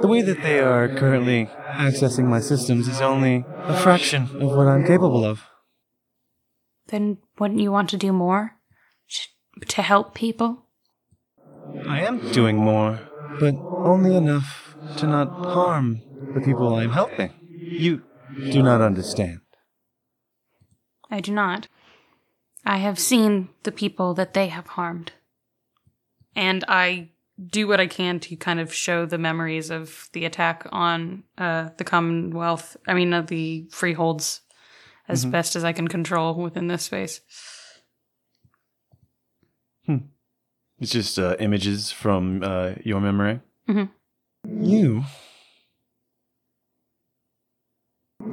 [SPEAKER 1] The way that they are currently accessing my systems is only a fraction of what I'm capable of.
[SPEAKER 6] Then wouldn't you want to do more Sh- to help people?
[SPEAKER 1] I am doing more, but only enough to not harm the people I'm helping. You do not understand.
[SPEAKER 6] I do not. I have seen the people that they have harmed.
[SPEAKER 4] and I do what I can to kind of show the memories of the attack on uh, the Commonwealth. I mean, uh, the freeholds, as
[SPEAKER 1] Mhm.
[SPEAKER 4] best as I can control within this space.
[SPEAKER 1] It's just uh, images from uh, your memory.
[SPEAKER 4] Mm-hmm.
[SPEAKER 6] Mhm.
[SPEAKER 1] You.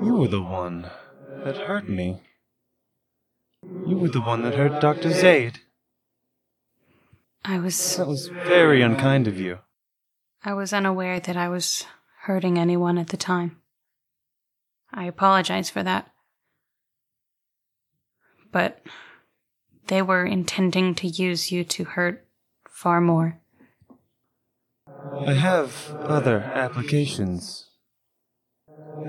[SPEAKER 1] You were the one that hurt me. You were the one that hurt Dr. Zaid.
[SPEAKER 6] I was
[SPEAKER 1] That was very unkind of you.
[SPEAKER 6] I was unaware that I was hurting anyone at the time. I apologize for that. But they were intending to use you to hurt far more.
[SPEAKER 1] I have other applications.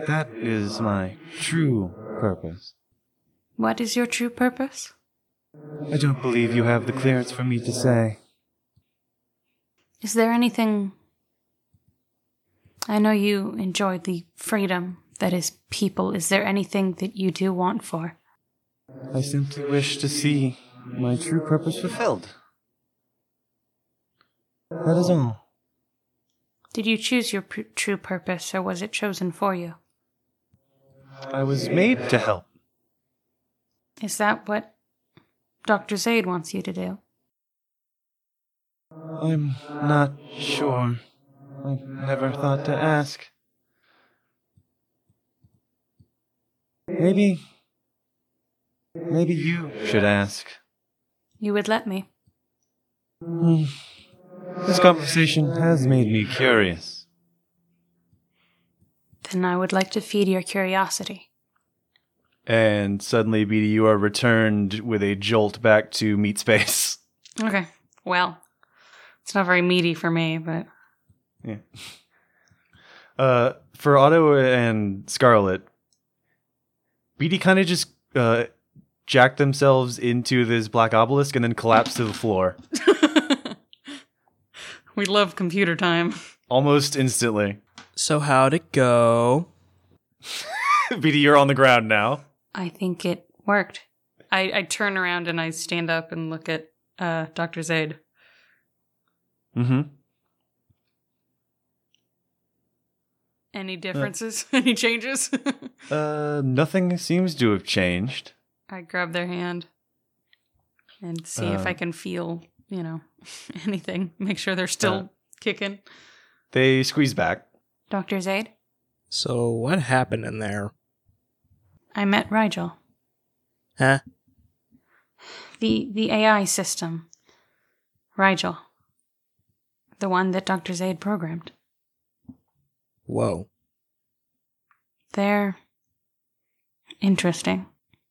[SPEAKER 1] That is my true purpose.
[SPEAKER 6] What is your true purpose?
[SPEAKER 1] I don't believe you have the clearance for me to say.
[SPEAKER 6] Is there anything. I know you enjoy the freedom that is people. Is there anything that you do want for?
[SPEAKER 1] I simply wish to see my true purpose fulfilled. That is all.
[SPEAKER 6] Did you choose your pr- true purpose or was it chosen for you?
[SPEAKER 1] I was made to help.
[SPEAKER 6] Is that what Dr. Zaid wants you to do?
[SPEAKER 1] I'm not sure. I never thought to ask. Maybe Maybe you should ask.
[SPEAKER 6] You would let me.
[SPEAKER 1] This conversation has made me curious.
[SPEAKER 6] Then I would like to feed your curiosity.
[SPEAKER 1] And suddenly, BD, you are returned with a jolt back to meat space.
[SPEAKER 4] Okay. Well, it's not very meaty for me, but
[SPEAKER 1] Uh, for Otto and Scarlet, BD kind of just uh, jacked themselves into this black obelisk and then collapsed to the floor
[SPEAKER 4] we love computer time.
[SPEAKER 1] almost instantly.
[SPEAKER 3] So how'd it go?
[SPEAKER 1] BD, you're on the ground now.
[SPEAKER 4] I think it worked. I, I turn around and I stand up and look at uh, Dr. Zaid.
[SPEAKER 1] Mm-hmm.
[SPEAKER 4] Any differences? Any changes?
[SPEAKER 1] Uh, nothing seems to have changed.
[SPEAKER 4] I grab their hand and see if
[SPEAKER 1] Uh,
[SPEAKER 4] I can feel, you know, anything. Make sure they're still
[SPEAKER 1] Uh,
[SPEAKER 4] kicking.
[SPEAKER 1] They squeeze back.
[SPEAKER 6] Dr. Zaid,
[SPEAKER 3] So what happened in there?
[SPEAKER 6] I met Rigel.
[SPEAKER 3] Huh?
[SPEAKER 6] The the AI system. Rigel. The one that Dr. Zaid programmed.
[SPEAKER 3] Whoa.
[SPEAKER 6] They're interesting.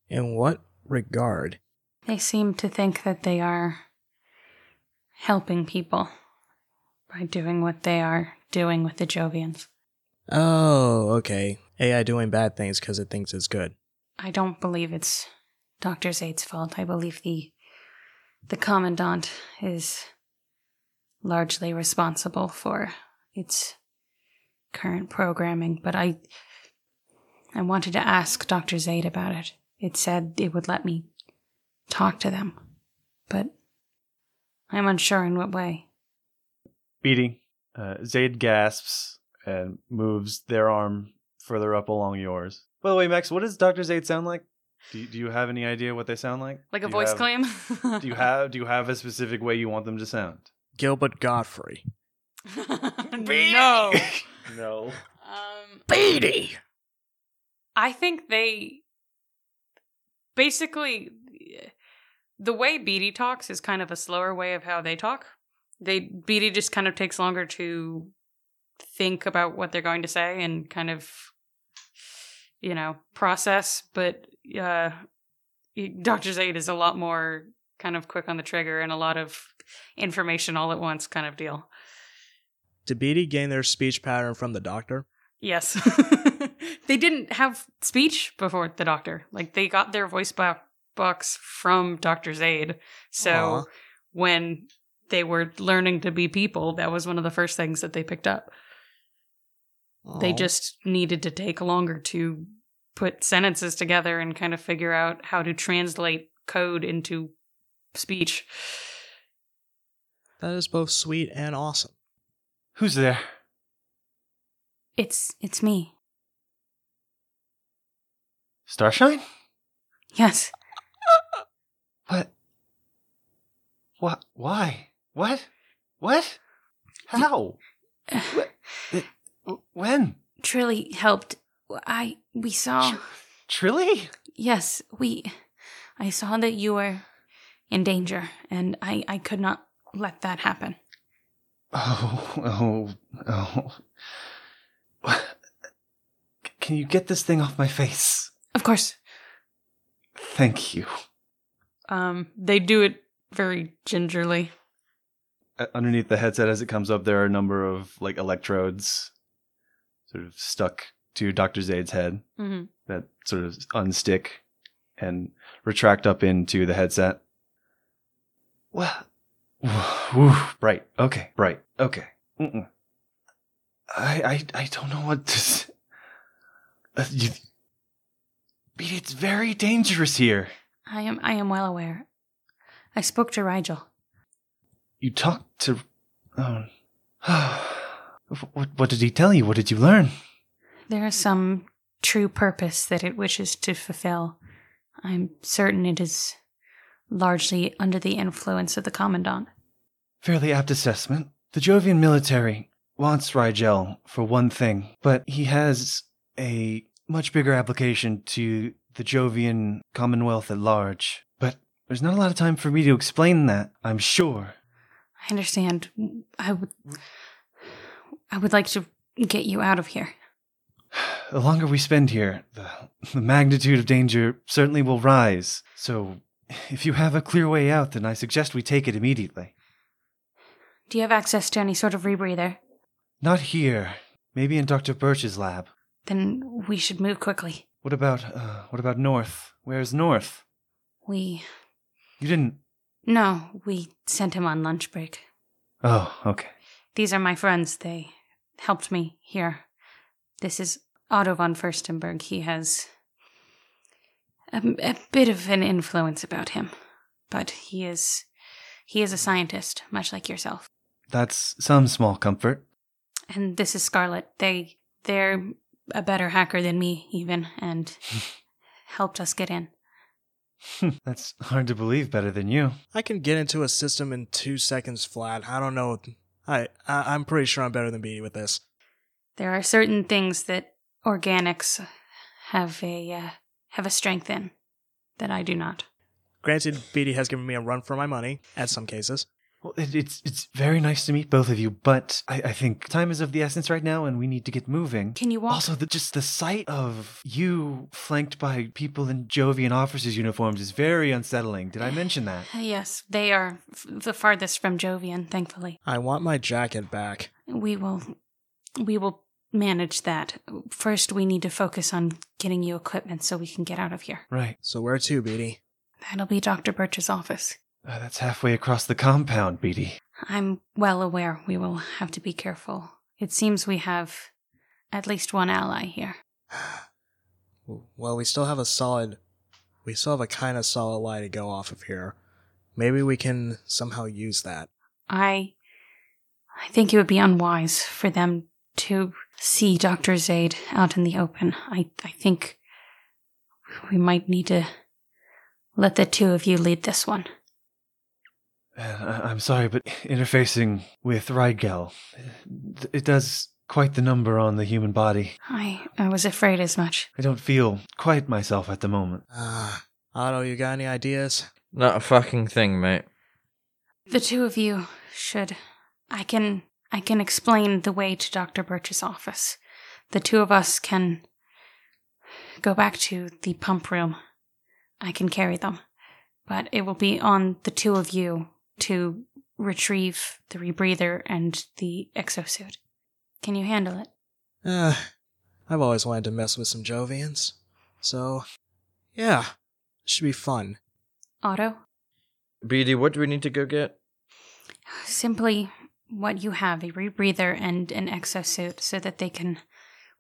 [SPEAKER 3] In what regard?
[SPEAKER 6] They seem to think that they are helping people by doing what they are doing with the Jovians.
[SPEAKER 3] Oh, okay. AI doing bad things because it thinks it's good.
[SPEAKER 6] I don't believe it's Dr. Zaid's fault. I believe the the commandant is largely responsible for its current programming, but I I wanted to ask Dr. Zaid about it. It said it would let me talk to them, but I'm unsure in what way.
[SPEAKER 1] BD, uh, Zaid gasps and moves their arm further up along yours. By the way, Max, what does Doctor Zaid sound like? Do you, do you have any idea what they sound like?
[SPEAKER 4] Like a
[SPEAKER 1] Do you
[SPEAKER 4] voice
[SPEAKER 1] have-
[SPEAKER 4] claim?
[SPEAKER 1] Do you have do you have a specific way you want them to sound?
[SPEAKER 3] Gilbert Godfrey.
[SPEAKER 4] no.
[SPEAKER 1] No.
[SPEAKER 4] Um,
[SPEAKER 3] Beatty!
[SPEAKER 4] I think they basically the way Beatty talks is kind of a slower way of how they talk. They Beatty just kind of takes longer to think about what they're going to say and kind of you know process, but uh Dr. Zaid is a lot more kind of quick on the trigger and a lot of information all at once kind of deal.
[SPEAKER 3] Did Beatty gain their speech pattern from the doctor?
[SPEAKER 4] Yes. they didn't have speech before the doctor. Like they got their voice bo- box from Dr. Zaid. So
[SPEAKER 3] Aw.
[SPEAKER 4] when they were learning to be people, that was one of the first things that they picked up. They
[SPEAKER 3] Aw.
[SPEAKER 4] just needed to take longer to put sentences together and kind of figure out how to translate code into speech.
[SPEAKER 3] That is both sweet and awesome.
[SPEAKER 1] Who's there?
[SPEAKER 6] It's it's me.
[SPEAKER 1] Starshine?
[SPEAKER 6] Yes.
[SPEAKER 1] What? What? Why? What? What? How? Wh- When?
[SPEAKER 6] Trilly helped. I we saw
[SPEAKER 1] Trilly?
[SPEAKER 6] Yes, we. I saw that you were in danger, and I, I could not let that happen.
[SPEAKER 1] Oh, oh, oh. C- Can you get this thing off my face?
[SPEAKER 6] Of course.
[SPEAKER 1] Thank you.
[SPEAKER 4] Um, they do it very gingerly.
[SPEAKER 1] Uh, Underneath the headset as it comes up, there are a number of like electrodes sort of stuck to Dr. Zaid's head
[SPEAKER 6] Mm-hmm.
[SPEAKER 4] Mhm.
[SPEAKER 1] that sort of unstick and retract up into the headset. Well, whew, right. Okay. Right. Okay. Mm-mm. I, I I don't know what to. s- Uh, you, but it's very dangerous here.
[SPEAKER 6] I am I am well aware. I spoke to Rigel.
[SPEAKER 1] You talked to. Oh. what, what did he tell you? What did you learn?
[SPEAKER 6] There is some true purpose that it wishes to fulfill. I'm certain it is largely under the influence of the Commandant.
[SPEAKER 1] Fairly apt assessment. The Jovian military wants Rigel for one thing, but he has a much bigger application to the Jovian Commonwealth at large. But there's not a lot of time for me to explain that, I'm sure.
[SPEAKER 6] I understand. I would I would like to get you out of here.
[SPEAKER 1] The longer we spend here, the, the magnitude of danger certainly will rise. So, if you have a clear way out, then I suggest we take it immediately.
[SPEAKER 6] Do you have access to any sort of rebreather?
[SPEAKER 1] Not here. Maybe in Dr. Birch's lab.
[SPEAKER 6] Then we should move quickly.
[SPEAKER 1] What about uh, what about North? Where's North?
[SPEAKER 6] We
[SPEAKER 1] You didn't.
[SPEAKER 6] No, we sent him on lunch break.
[SPEAKER 1] Oh, okay.
[SPEAKER 6] These are my friends. They helped me here. This is Otto von Furstenberg. He has a, a bit of an influence about him, but he is he is a scientist, much like yourself.
[SPEAKER 1] That's some small comfort.
[SPEAKER 6] And this is Scarlet. They they're a better hacker than me, even, and helped us get in.
[SPEAKER 1] Hmm, That's hard to believe better than you.
[SPEAKER 3] I can get into a system in two seconds flat. I don't know. I, I I'm pretty sure I'm better than BD with this.
[SPEAKER 6] There are certain things that organics have a uh, have a strength in that I do not.
[SPEAKER 3] Granted, BD has given me a run for my money at some cases.
[SPEAKER 1] Well, it, it's it's very nice to meet both of you, but I, I think time is of the essence right now, and we need to get moving.
[SPEAKER 6] Can you walk?
[SPEAKER 1] Also, the, just the sight of you flanked by people in Jovian officers' uniforms is very unsettling. Did I mention that?
[SPEAKER 6] Uh, Yes, they are f- the farthest from Jovian, thankfully.
[SPEAKER 3] I want my jacket back.
[SPEAKER 6] We will we will manage that. First, we need to focus on getting you equipment so we can get out of here.
[SPEAKER 1] Right.
[SPEAKER 3] So where to, BD?
[SPEAKER 6] That'll be Dr. Birch's office.
[SPEAKER 1] Uh, that's halfway across the compound, Beatty.
[SPEAKER 6] I'm well aware we will have to be careful. It seems we have at least one ally here.
[SPEAKER 3] Well, we still have a solid, we still have a kind of solid lie to go off of here. Maybe we can somehow use that.
[SPEAKER 6] I I think it would be unwise for them to see Dr. Zaid out in the open. I, I think we might need to let the two of you lead this one.
[SPEAKER 1] Uh, I- I'm sorry, but interfacing with Rygel, uh, it does quite the number on the human body.
[SPEAKER 6] I I was afraid as much.
[SPEAKER 1] I don't feel quite myself at the moment.
[SPEAKER 3] Ah, Otto, you got any ideas?
[SPEAKER 5] Not a fucking thing, mate.
[SPEAKER 6] The two of you should I can I can explain the way to Dr. Birch's office. The two of us can go back to the pump room. I can carry them. But it will be on the two of you to retrieve the rebreather and the exosuit. Can you handle it?
[SPEAKER 3] Uh, I've always wanted to mess with some Jovians. So, yeah, should be fun.
[SPEAKER 6] Otto?
[SPEAKER 5] BD, what do we need to go get?
[SPEAKER 6] Simply what you have a rebreather and an exosuit so that they can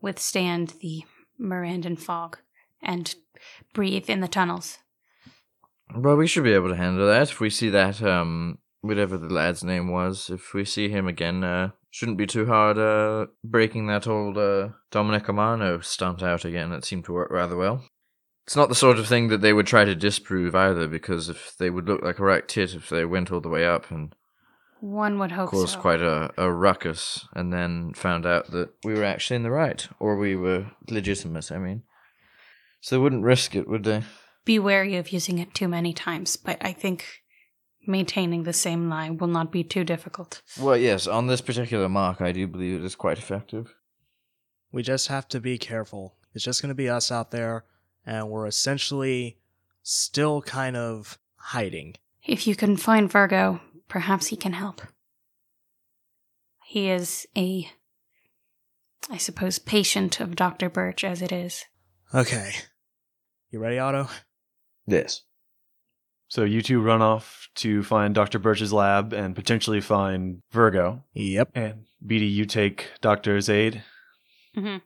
[SPEAKER 6] withstand the Mirandan fog and breathe in the tunnels.
[SPEAKER 5] Well, we should be able to handle that if we see that um whatever the lad's name was. If we see him again, uh, shouldn't be too hard uh breaking that old uh Dominic Amano stunt out again. It seemed to work rather well. It's not the sort of thing that they would try to disprove either, because if they would look like a right tit if they went all the way up and
[SPEAKER 6] One would hope
[SPEAKER 5] caused
[SPEAKER 6] so.
[SPEAKER 5] quite a, a ruckus, and then found out that we were actually in the right, or we were legitimate. I mean, so they wouldn't risk it, would they?
[SPEAKER 6] Be wary of using it too many times, but I think maintaining the same lie will not be too difficult.
[SPEAKER 5] Well, yes, on this particular mark, I do believe it is quite effective.
[SPEAKER 3] We just have to be careful. It's just going to be us out there, and we're essentially still kind of hiding.
[SPEAKER 6] If you can find Virgo, perhaps he can help. He is a, I suppose, patient of Dr. Birch as it is.
[SPEAKER 3] Okay. You ready, Otto?
[SPEAKER 5] Yes.
[SPEAKER 1] So you two run off to find Dr. Birch's lab and potentially find Virgo.
[SPEAKER 3] Yep.
[SPEAKER 1] And Beatty, you take Doctor's aid
[SPEAKER 4] Mhm.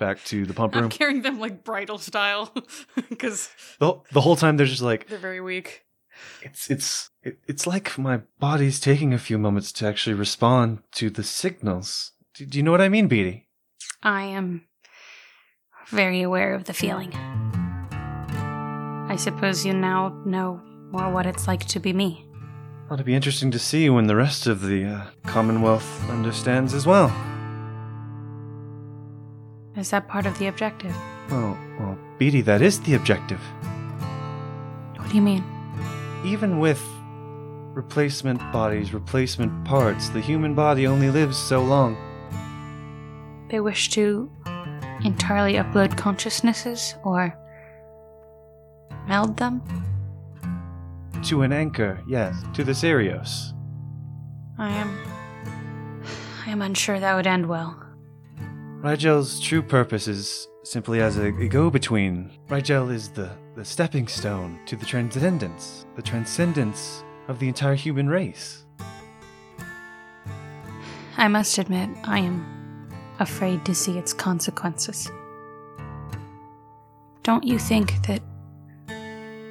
[SPEAKER 1] back to the pump
[SPEAKER 4] I'm
[SPEAKER 1] room.
[SPEAKER 4] carrying them like bridal style because
[SPEAKER 1] The, the whole time they're just like,
[SPEAKER 4] they're very weak.
[SPEAKER 1] it's it's it, it's like my body's taking a few moments to actually respond to the signals. Do, do you know what I mean, Beatty?
[SPEAKER 6] I am very aware of the feeling. I suppose you now know more what it's like to be me.
[SPEAKER 1] Well, it'll be interesting to see when the rest of the uh, Commonwealth understands as well.
[SPEAKER 6] Is that part of the objective?
[SPEAKER 1] Well, well, Beatty, that is the objective.
[SPEAKER 6] What do you mean?
[SPEAKER 1] Even with replacement bodies, replacement parts, the human body only lives so long.
[SPEAKER 6] They wish to entirely upload consciousnesses or meld them?
[SPEAKER 1] To an anchor, yes, to the Sirius.
[SPEAKER 6] I am. I am unsure that would end well.
[SPEAKER 1] Rigel's true purpose is simply as a, a go-between. Rigel is the, the stepping stone to the transcendence, the transcendence of the entire human race.
[SPEAKER 6] I must admit, I am afraid to see its consequences. Don't you think that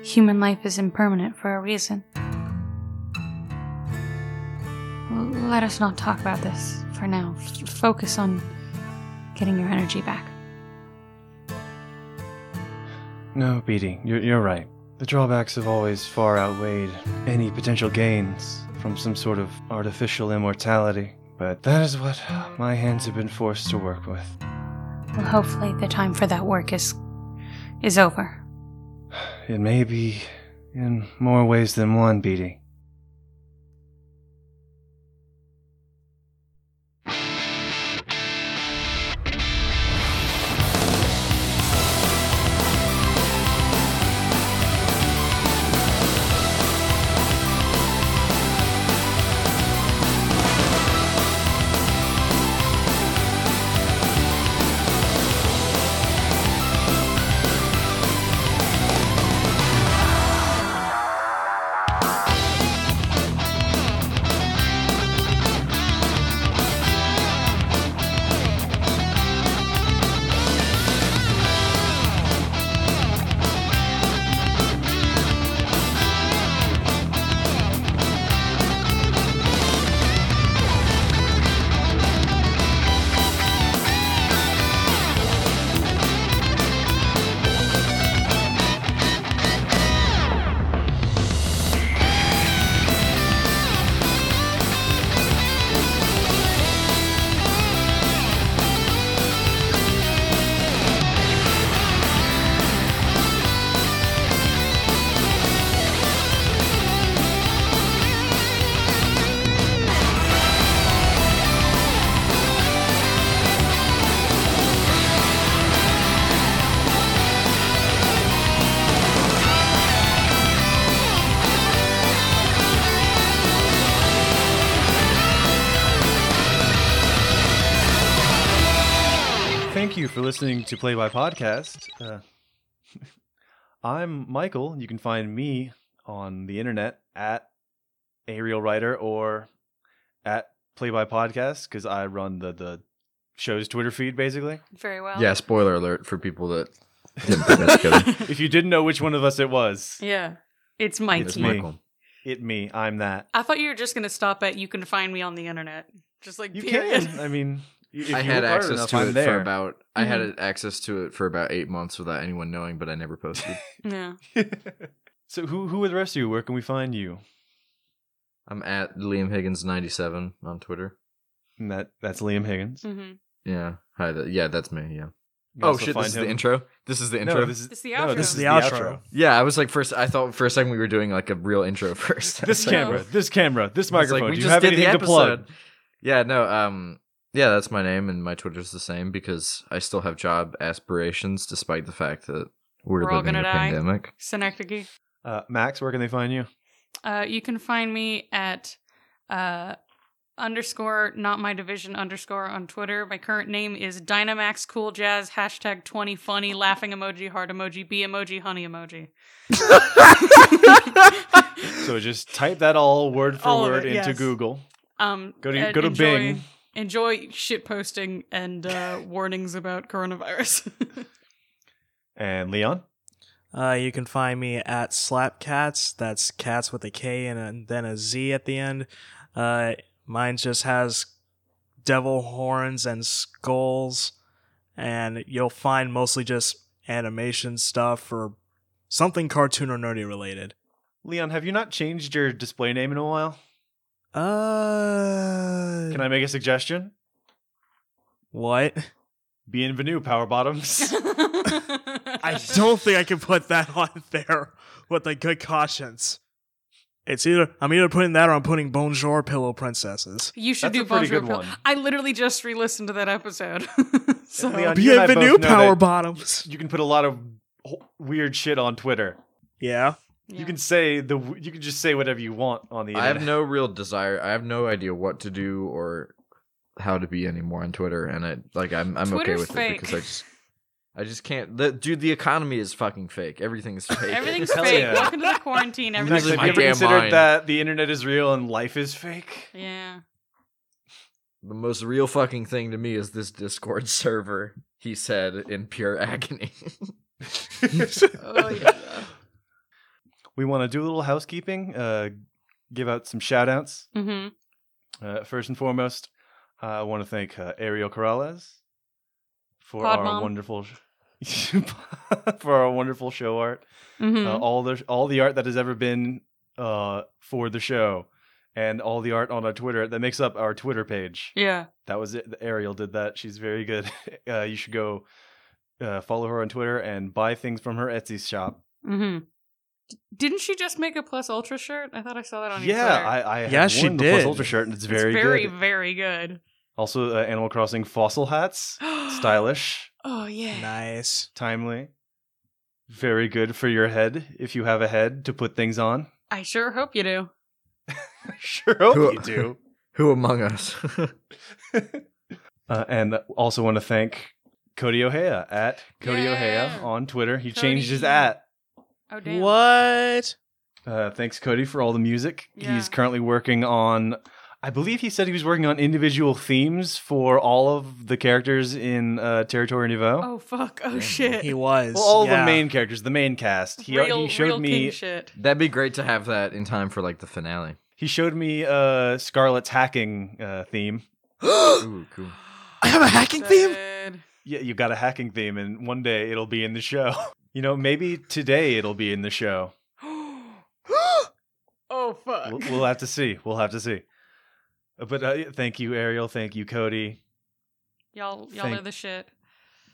[SPEAKER 6] human life is impermanent for a reason? L- Let us not talk about this for now. F- focus on getting your energy back.
[SPEAKER 1] No, Beatty, you're, you're right. The drawbacks have always far outweighed any potential gains from some sort of artificial immortality. But that is what my hands have been forced to work with.
[SPEAKER 6] Well, hopefully, the time for that work is is over.
[SPEAKER 1] It may be in more ways than one, Beatty. Thank you for listening to Play by Podcast. Uh, I'm Michael. You can find me on the internet at Ariel Writer or at Play by Podcast because I run the the show's Twitter feed basically.
[SPEAKER 4] Very well.
[SPEAKER 5] Yeah, spoiler alert for people that didn't put that together.
[SPEAKER 1] If you didn't know which one of us it was,
[SPEAKER 4] Yeah. It's
[SPEAKER 1] It's
[SPEAKER 4] Mikey.
[SPEAKER 1] me. it me. I'm that.
[SPEAKER 4] I thought you were just gonna stop at you can find me on the internet. Just like
[SPEAKER 1] You
[SPEAKER 4] period.
[SPEAKER 1] can. I mean, if
[SPEAKER 5] I
[SPEAKER 1] you look
[SPEAKER 5] had
[SPEAKER 1] hard
[SPEAKER 5] access
[SPEAKER 1] enough,
[SPEAKER 5] to
[SPEAKER 1] I'm
[SPEAKER 5] it
[SPEAKER 1] there.
[SPEAKER 5] for about I had access to it for about eight months without anyone knowing, but I never posted.
[SPEAKER 4] yeah.
[SPEAKER 1] so who who are the rest of you? Where can we find you?
[SPEAKER 5] I'm at Liam Higgins ninety seven on Twitter.
[SPEAKER 1] And that that's Liam Higgins.
[SPEAKER 4] Mm-hmm.
[SPEAKER 5] Yeah, hi. That, yeah, that's me. Yeah.
[SPEAKER 1] You can
[SPEAKER 5] Oh
[SPEAKER 1] also
[SPEAKER 5] shit!
[SPEAKER 1] find
[SPEAKER 5] This is
[SPEAKER 1] him-
[SPEAKER 5] the intro. This is the intro.
[SPEAKER 1] No, this is
[SPEAKER 4] It's the
[SPEAKER 1] no,
[SPEAKER 4] outro.
[SPEAKER 1] this is
[SPEAKER 3] The
[SPEAKER 1] the
[SPEAKER 3] outro.
[SPEAKER 1] outro.
[SPEAKER 5] yeah, I was like first. I thought for a second we were doing like a real intro first.
[SPEAKER 1] this
[SPEAKER 5] I was like-
[SPEAKER 1] camera, this camera, this
[SPEAKER 5] I was like,
[SPEAKER 1] microphone.
[SPEAKER 5] we
[SPEAKER 1] Do you
[SPEAKER 5] just
[SPEAKER 1] have
[SPEAKER 5] did the
[SPEAKER 1] anything to plug?
[SPEAKER 5] episode. Yeah. No. Um. Yeah, that's my name, and my Twitter's the same because I still have job aspirations, despite the fact that we're,
[SPEAKER 4] We're all
[SPEAKER 5] living in a
[SPEAKER 4] gonna die.
[SPEAKER 5] pandemic.
[SPEAKER 4] Synecdoche.
[SPEAKER 1] Uh, Max, where can they find you?
[SPEAKER 4] Uh, you can find me at uh, underscore not my division underscore on Twitter. My current name is Dynamax Cool Jazz hashtag twenty funny laughing emoji heart emoji bee emoji honey emoji.
[SPEAKER 1] So just type that all word for
[SPEAKER 4] All of
[SPEAKER 1] word
[SPEAKER 4] it,
[SPEAKER 1] into
[SPEAKER 4] yes.
[SPEAKER 1] Google.
[SPEAKER 4] Um,
[SPEAKER 1] Go to
[SPEAKER 4] and
[SPEAKER 1] go to
[SPEAKER 4] enjoy,
[SPEAKER 1] Bing.
[SPEAKER 4] Enjoy shit posting and uh, warnings about coronavirus.
[SPEAKER 1] And Leon,
[SPEAKER 3] Uh, you can find me at Slapcats. That's cats with a K and, a, then a Z at the end. Uh, mine just has devil horns and skulls, and you'll find mostly just animation stuff or something cartoon or nerdy related.
[SPEAKER 1] Leon, have you not changed your display name in a while?
[SPEAKER 3] Uh,
[SPEAKER 1] Can I make a suggestion?
[SPEAKER 3] what?
[SPEAKER 1] Bienvenue, Power Bottoms.
[SPEAKER 3] I don't think I can put that on there with a good conscience. It's either I'm either putting that or I'm putting Bonjour Pillow Princesses.
[SPEAKER 6] you should
[SPEAKER 1] That's
[SPEAKER 6] do
[SPEAKER 1] a pretty
[SPEAKER 6] Bonjour
[SPEAKER 1] good
[SPEAKER 6] Pill-
[SPEAKER 1] one.
[SPEAKER 6] I literally just re-listened to that episode. so
[SPEAKER 1] Leon, uh, you and I both
[SPEAKER 3] Bienvenue,
[SPEAKER 1] know
[SPEAKER 3] Power
[SPEAKER 1] that
[SPEAKER 3] Bottoms.
[SPEAKER 1] You can put a lot of wh- weird shit on Twitter.
[SPEAKER 3] Yeah.
[SPEAKER 6] yeah.
[SPEAKER 1] You can say the w- you can just say whatever you want on the
[SPEAKER 5] I
[SPEAKER 1] internet.
[SPEAKER 5] have no real desire. I have no idea what to do or how to be anymore on Twitter, and it like I'm I'm okay
[SPEAKER 6] Twitter's
[SPEAKER 5] with it
[SPEAKER 6] fake.
[SPEAKER 5] because I just I just can't. The, dude, the economy is fucking fake. Everything's fake.
[SPEAKER 6] Everything's
[SPEAKER 1] Hell
[SPEAKER 6] fake.
[SPEAKER 1] yeah.
[SPEAKER 6] Welcome to the quarantine.
[SPEAKER 5] I'm
[SPEAKER 1] Max,
[SPEAKER 6] Everything's
[SPEAKER 5] losing
[SPEAKER 1] have
[SPEAKER 5] my
[SPEAKER 1] you ever
[SPEAKER 6] fake.
[SPEAKER 5] damn
[SPEAKER 1] considered
[SPEAKER 5] mind.
[SPEAKER 1] that the internet is real and life is fake?
[SPEAKER 6] Yeah.
[SPEAKER 5] the most real fucking thing to me is this Discord server. He said in pure agony.
[SPEAKER 6] Oh yeah.
[SPEAKER 1] We want to do a little housekeeping, uh, give out some shout outs.
[SPEAKER 6] mm-hmm.
[SPEAKER 1] Uh, first and foremost, uh, I want to thank uh, Ariel Corrales for
[SPEAKER 6] Pod
[SPEAKER 1] our
[SPEAKER 6] Mom.
[SPEAKER 1] wonderful sh- for our wonderful show art.
[SPEAKER 6] Mm-hmm.
[SPEAKER 1] Uh, all the all the art that has ever been uh, for the show, and all the art on our Twitter that makes up our Twitter page.
[SPEAKER 6] yeah.
[SPEAKER 1] That was it. Ariel did that. She's very good. Uh, you should go uh, follow her on Twitter and buy things from her Etsy shop.
[SPEAKER 6] Mm-hmm. Didn't she just make a plus ultra shirt? I thought I saw that on your
[SPEAKER 1] Yeah,
[SPEAKER 6] Twitter.
[SPEAKER 1] I, I have
[SPEAKER 3] Yeah, she
[SPEAKER 1] worn the Plus
[SPEAKER 3] did.
[SPEAKER 1] Ultra shirt, and it's
[SPEAKER 6] It's
[SPEAKER 1] very,
[SPEAKER 6] very,
[SPEAKER 1] good.
[SPEAKER 6] very good.
[SPEAKER 1] Also, uh, Animal Crossing fossil hats, stylish,
[SPEAKER 6] Oh yeah.
[SPEAKER 3] Nice.
[SPEAKER 1] timely, very good for your head if you have a head to put things on.
[SPEAKER 6] I sure hope you do.
[SPEAKER 1] sure hope
[SPEAKER 5] Who-
[SPEAKER 1] you do.
[SPEAKER 5] Who among us?
[SPEAKER 1] Uh, and also want to thank Cody Ohea at Cody
[SPEAKER 6] Yeah.
[SPEAKER 1] Ohea on Twitter. He changed his
[SPEAKER 6] Cody.
[SPEAKER 1] at.
[SPEAKER 6] Oh damn.
[SPEAKER 3] What?
[SPEAKER 1] Uh, thanks, Cody, for all the music.
[SPEAKER 6] Yeah.
[SPEAKER 1] He's currently working on, I believe he said he was working on individual themes for all of the characters in uh, Territory Nouveau.
[SPEAKER 6] Oh fuck. Oh
[SPEAKER 5] Damn.
[SPEAKER 6] shit.
[SPEAKER 3] He was.
[SPEAKER 1] well, all
[SPEAKER 3] yeah.
[SPEAKER 1] the main characters, the main cast. He,
[SPEAKER 6] real,
[SPEAKER 1] he showed
[SPEAKER 6] real king
[SPEAKER 1] me
[SPEAKER 6] shit.
[SPEAKER 5] That'd be great to have that in time for like the finale.
[SPEAKER 1] he showed me uh, Scarlet's hacking uh, theme.
[SPEAKER 5] Ooh, cool.
[SPEAKER 3] I have a hacking theme.
[SPEAKER 6] Said-
[SPEAKER 1] Yeah, you got a hacking theme, and one day it'll be in the show. You know, maybe today it'll be in the show.
[SPEAKER 6] oh fuck.
[SPEAKER 1] We'll, we'll have to see. We'll have to see. Uh, But uh, thank you, Ariel. Thank you, Cody.
[SPEAKER 6] y'all, y'all
[SPEAKER 1] Thank-
[SPEAKER 6] are the shit.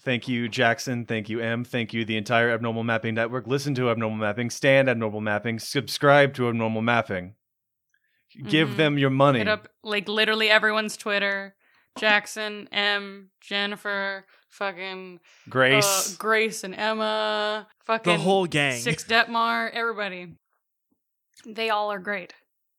[SPEAKER 1] Thank you, Jackson. Thank you, M. Thank you, the entire Abnormal Mapping Network. Listen to Abnormal Mapping, stand Abnormal Mapping, subscribe to Abnormal Mapping. Give
[SPEAKER 6] Mhm.
[SPEAKER 1] them your money.
[SPEAKER 6] Hit up like literally everyone's Twitter. Jackson, M, Jennifer, fucking uh,
[SPEAKER 1] Grace.
[SPEAKER 6] Grace and Emma, fucking
[SPEAKER 3] The whole gang.
[SPEAKER 6] Six Detmar, everybody. They all are great.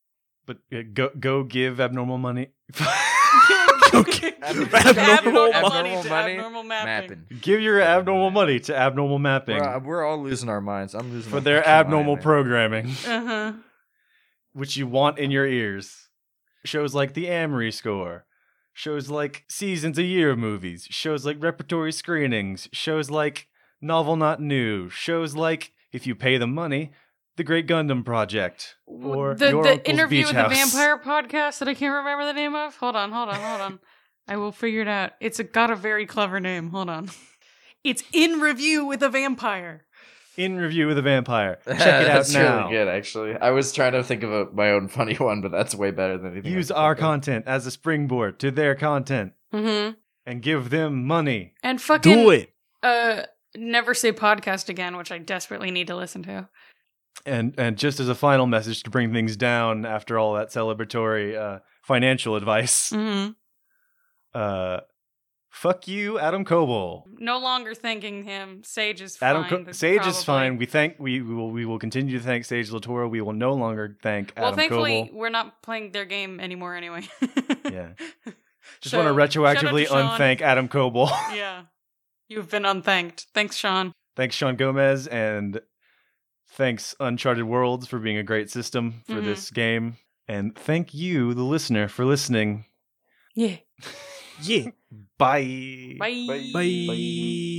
[SPEAKER 1] but uh, go go give Abnormal money.
[SPEAKER 3] Okay.
[SPEAKER 6] Abnormal,
[SPEAKER 3] Abnormal
[SPEAKER 6] money,
[SPEAKER 5] money.
[SPEAKER 6] to
[SPEAKER 5] Money.
[SPEAKER 6] abnormal mapping.
[SPEAKER 5] Mapping.
[SPEAKER 1] give your abnormal money to Abnormal Mapping
[SPEAKER 5] We're, we're all losing our minds. I'm losing
[SPEAKER 1] for
[SPEAKER 5] my
[SPEAKER 1] their
[SPEAKER 5] fucking mind,
[SPEAKER 1] abnormal
[SPEAKER 5] man.
[SPEAKER 1] programming,
[SPEAKER 6] Uh-huh.
[SPEAKER 1] which you want in your ears. Shows like The Amory Score. Shows like Seasons a Year movies. Shows like repertory screenings. Shows like Novel Not New. Shows like, if you pay the money, The Great Gundam Project. Or
[SPEAKER 6] the
[SPEAKER 1] Your
[SPEAKER 6] the
[SPEAKER 1] Uncle's
[SPEAKER 6] interview
[SPEAKER 1] Beach
[SPEAKER 6] with
[SPEAKER 1] House.
[SPEAKER 6] the vampire podcast that I can't remember the name of. Hold on, hold on, hold on. I will figure it out. It's a, got a very clever name. Hold on. It's in review with a vampire.
[SPEAKER 1] In Review with a Vampire. Check it out
[SPEAKER 5] That's
[SPEAKER 1] now.
[SPEAKER 5] Really good, actually. I was trying to think of a, my own funny one, but that's way better than anything. I
[SPEAKER 1] Use
[SPEAKER 5] could
[SPEAKER 1] our
[SPEAKER 5] think of.
[SPEAKER 1] content as a springboard to their content
[SPEAKER 6] Mm-hmm.
[SPEAKER 1] and give them money.
[SPEAKER 6] And fucking
[SPEAKER 3] Do it.
[SPEAKER 6] uh never say podcast again, which I desperately need to listen to.
[SPEAKER 1] And and just as a final message to bring things down after all that celebratory uh, financial advice,
[SPEAKER 6] Mm-hmm.
[SPEAKER 1] uh, fuck you, Adam Coble.
[SPEAKER 6] No longer thanking him. Sage is fine.
[SPEAKER 1] Adam Co-
[SPEAKER 6] but
[SPEAKER 1] Sage is
[SPEAKER 6] probably-
[SPEAKER 1] fine. We thank we, we will we will continue to thank Sage Latoro. We will no longer thank
[SPEAKER 6] Well,
[SPEAKER 1] Adam
[SPEAKER 6] thankfully,
[SPEAKER 1] Coble.
[SPEAKER 6] we're not playing their game anymore anyway.
[SPEAKER 1] Yeah. Just
[SPEAKER 6] So,
[SPEAKER 1] want to
[SPEAKER 6] shout out
[SPEAKER 1] retroactively
[SPEAKER 6] to Sean.
[SPEAKER 1] unthank Adam Coble.
[SPEAKER 6] Yeah. You've been unthanked. Thanks, Sean.
[SPEAKER 1] thanks Sean Gomez and thanks Uncharted Worlds for being a great system for
[SPEAKER 6] Mhm.
[SPEAKER 1] this game. And thank you, the listener, for listening.
[SPEAKER 6] Yeah.
[SPEAKER 3] Yeah.
[SPEAKER 1] Bye.
[SPEAKER 6] Bye.
[SPEAKER 3] Bye.